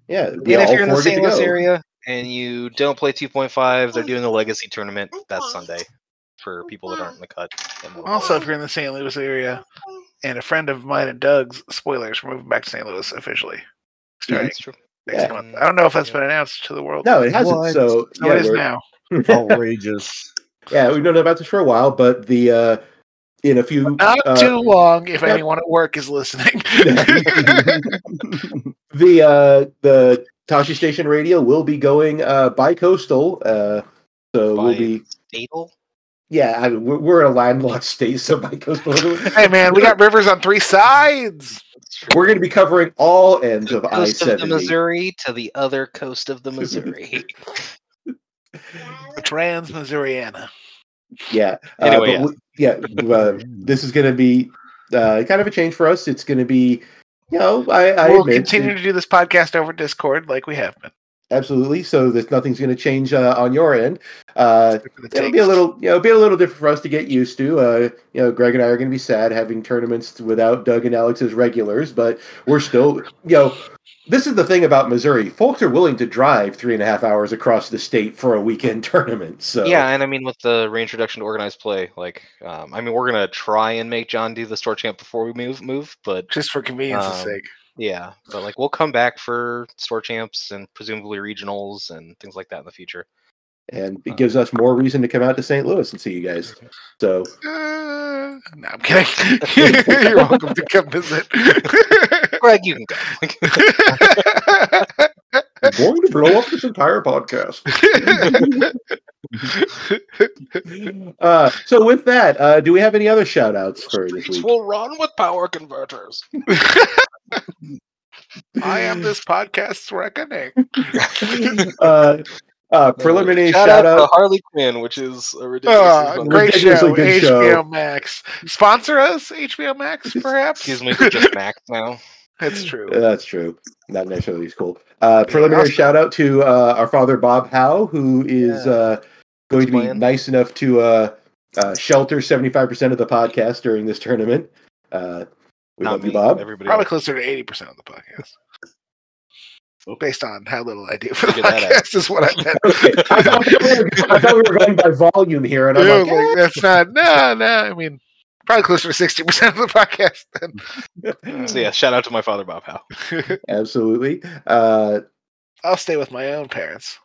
Speaker 2: yeah,
Speaker 4: and if you're in the
Speaker 2: four get
Speaker 4: St.
Speaker 2: to
Speaker 4: Louis
Speaker 2: go.
Speaker 4: area and you don't play 2.5, they're doing a legacy tournament that Sunday for people that aren't in the cut. and won't
Speaker 3: Also,
Speaker 4: play.
Speaker 3: if you're in the St. Louis area, and a friend of mine and Doug's, spoilers, we're moving back to St. Louis officially. Starting
Speaker 4: That's true.
Speaker 3: next
Speaker 2: Yeah.
Speaker 3: month. I don't know if that's been announced to the world.
Speaker 2: No, it hasn't.
Speaker 5: What?
Speaker 2: So
Speaker 3: No, it is
Speaker 2: we're-
Speaker 3: now.
Speaker 5: Outrageous.
Speaker 2: yeah, we've known about this for a while, but the uh, in a few
Speaker 3: Not
Speaker 2: uh,
Speaker 3: too long if
Speaker 2: not-
Speaker 3: anyone at work is listening.
Speaker 2: Mm-hmm. the uh the Tashi Station radio will be going uh bi-coastal uh so we'll
Speaker 4: By
Speaker 2: be
Speaker 4: Statel?
Speaker 2: yeah I mean, we're, we're a landlocked state so bi-coastal
Speaker 3: hey, man, we got rivers on three sides.
Speaker 4: That's true.
Speaker 2: we're going to be covering all ends
Speaker 4: the
Speaker 2: of
Speaker 4: coast of the
Speaker 2: I-70
Speaker 4: Missouri to the other coast of the Missouri.
Speaker 3: The Trans Missouriana.
Speaker 2: yeah uh,
Speaker 4: Anyway,
Speaker 2: but we- yeah uh, this is going to be uh kind of a change for us it's going to be you know I I
Speaker 3: we'll
Speaker 2: admit
Speaker 3: continue to do this podcast over Discord like we have been.
Speaker 2: absolutely so that nothing's going to change uh, on your end uh
Speaker 3: Except for the
Speaker 2: It'll be a
Speaker 3: takes.
Speaker 2: little, you know, be a little different for us to get used to. Uh, you know, Greg and I are going to be sad having tournaments without Doug and Alex as regulars, but we're still, you know, this is the thing about Missouri. Folks are willing to drive three and a half hours across the state for a weekend tournament. So
Speaker 4: Yeah, and I mean with the reintroduction to organized play, like um, I mean we're gonna try and make John do the store champ before we move move, but
Speaker 3: just for convenience's
Speaker 4: Um,
Speaker 3: sake.
Speaker 4: yeah, but like we'll come back for store champs and presumably regionals and things like that in the future.
Speaker 2: and it gives us more reason to come out to St. Louis and see you guys. So
Speaker 3: Uh, no, I'm kidding. You're welcome to come visit.
Speaker 4: Greg, you can go.
Speaker 2: I'm going to blow up this entire podcast. Uh, so with that, uh, do we have any other shout outs for this
Speaker 4: Streets
Speaker 2: week?
Speaker 4: will run with power converters.
Speaker 3: I am this podcast's reckoning.
Speaker 2: uh, uh, preliminary
Speaker 4: shout, out,
Speaker 2: out
Speaker 4: to Harley Quinn, which is a ridiculous.
Speaker 3: Ah, great
Speaker 2: Ridiculously
Speaker 3: show,
Speaker 2: good
Speaker 3: HBO
Speaker 2: show.
Speaker 3: Max. Sponsor us, HBO Max, perhaps.
Speaker 4: Excuse me for just Max now.
Speaker 3: That's true.
Speaker 2: Yeah, That's true. Not necessarily is cool. Uh, preliminary
Speaker 3: awesome.
Speaker 2: shout out to uh, our father Bob Howe, who is
Speaker 4: Yeah.
Speaker 2: uh, going to be
Speaker 4: playing.
Speaker 2: nice enough to uh, uh, shelter seventy five percent of the podcast during this tournament. Uh, we
Speaker 4: Not
Speaker 2: love you,
Speaker 4: me,
Speaker 2: Bob.
Speaker 4: Everybody
Speaker 3: Probably
Speaker 4: else.
Speaker 3: closer to eighty percent of the podcast, based on how little I do for the
Speaker 4: Figure that out.
Speaker 3: podcast. Is what I meant.
Speaker 2: Okay, I thought, we were, I thought we were going by volume here, and I'm
Speaker 3: Yeah,
Speaker 2: like,
Speaker 3: I was
Speaker 2: "Eh."
Speaker 3: like, that's not no, no. I mean, probably closer to sixty percent of the podcast. Then.
Speaker 4: So yeah, shout out to my father Bob Howe.
Speaker 2: "Ah!" absolutely. Uh,
Speaker 3: I'll stay with my own parents,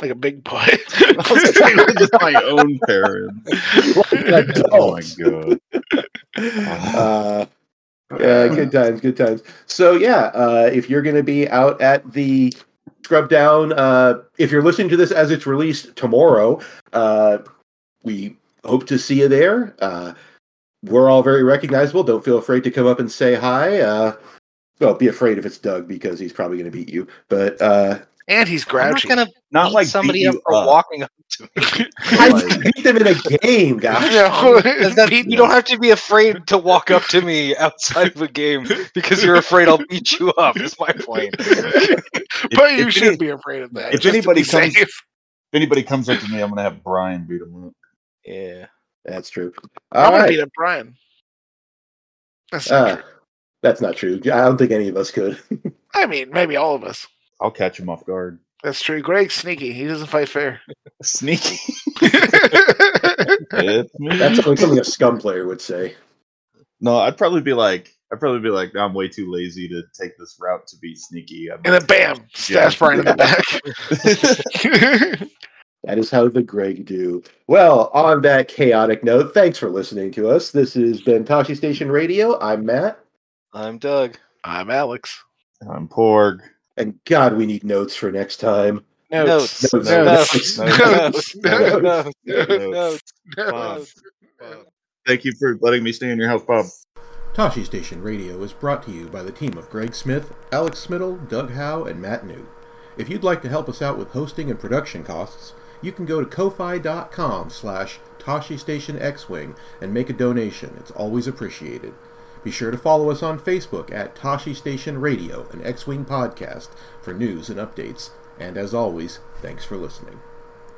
Speaker 3: like a big boy.
Speaker 5: With my own parents. Oh my
Speaker 2: adults.
Speaker 5: god.
Speaker 2: uh, Yeah, good times, good times. So yeah, uh, if you're going to be out at the Scrub Down, uh, if you're listening to this as it's released tomorrow, uh, we hope to see you there. Uh, we're all very recognizable. Don't feel afraid to come up and say hi. Uh, well, be afraid if it's Doug because he's probably going to beat you. But uh,
Speaker 3: and he's
Speaker 4: I'm not
Speaker 3: grouchy.
Speaker 4: gonna
Speaker 5: Not
Speaker 4: beat
Speaker 5: like
Speaker 4: somebody
Speaker 5: beat
Speaker 4: up
Speaker 5: you
Speaker 4: for
Speaker 5: up.
Speaker 4: walking up to me.
Speaker 2: I beat them in a game, guys.
Speaker 3: No,
Speaker 4: Is that-
Speaker 3: Pete-
Speaker 4: you don't have to be afraid to walk up to me outside of a game because you're afraid I'll beat you up. Is my point.
Speaker 3: but
Speaker 5: If-
Speaker 3: you
Speaker 5: if
Speaker 3: should
Speaker 5: any-
Speaker 3: be afraid of that.
Speaker 5: if
Speaker 3: just to
Speaker 5: anybody
Speaker 3: be
Speaker 5: comes-
Speaker 3: safe.
Speaker 5: If anybody comes up to me, I'm gonna have Brian beat him up.
Speaker 4: Yeah.
Speaker 2: That's true.
Speaker 3: I'm
Speaker 2: All
Speaker 3: gonna
Speaker 2: right.
Speaker 3: beat up Brian. That's not
Speaker 2: Uh,
Speaker 3: true.
Speaker 2: that's not true. I don't think any of us could.
Speaker 3: I mean, maybe all of us.
Speaker 5: I'll catch him off guard.
Speaker 3: That's true. Greg's sneaky. He doesn't fight fair.
Speaker 5: Sneaky.
Speaker 3: I'd
Speaker 5: It's me.
Speaker 2: That's only something a scum player would say.
Speaker 5: No, I'd probably be like, I'd probably be like, I'm way too lazy to take this route to be sneaky. I'm
Speaker 3: And then bam, stabs
Speaker 5: Yeah.
Speaker 3: Brian in the back.
Speaker 2: That is how the Greg do. Well, on that chaotic note, thanks for listening to us. This has been Tashi Station Radio. I'm Matt.
Speaker 4: I'm Doug.
Speaker 3: I'm Alex.
Speaker 5: I'm Porg.
Speaker 2: And God, we need notes for next time.
Speaker 3: Notes.
Speaker 4: Notes.
Speaker 2: Notes.
Speaker 3: Notes.
Speaker 2: Notes.
Speaker 3: Notes.
Speaker 4: No, no,
Speaker 5: Notes.
Speaker 4: no,
Speaker 3: Notes.
Speaker 4: no.
Speaker 5: Thank you for letting me stay in your house, Bob.
Speaker 2: Tashi Station Radio is brought to you by the team of Greg Smith, Alex Smittle, Doug Howe, and Matt New. If you'd like to help us out with hosting and production costs, you can go to ko-fi.com slash Toshi Station X Wing and make a donation. It's always appreciated. Be sure to follow us on Facebook at Toshi Station Radio, an X Wing podcast, for news and updates. And as always, thanks for listening.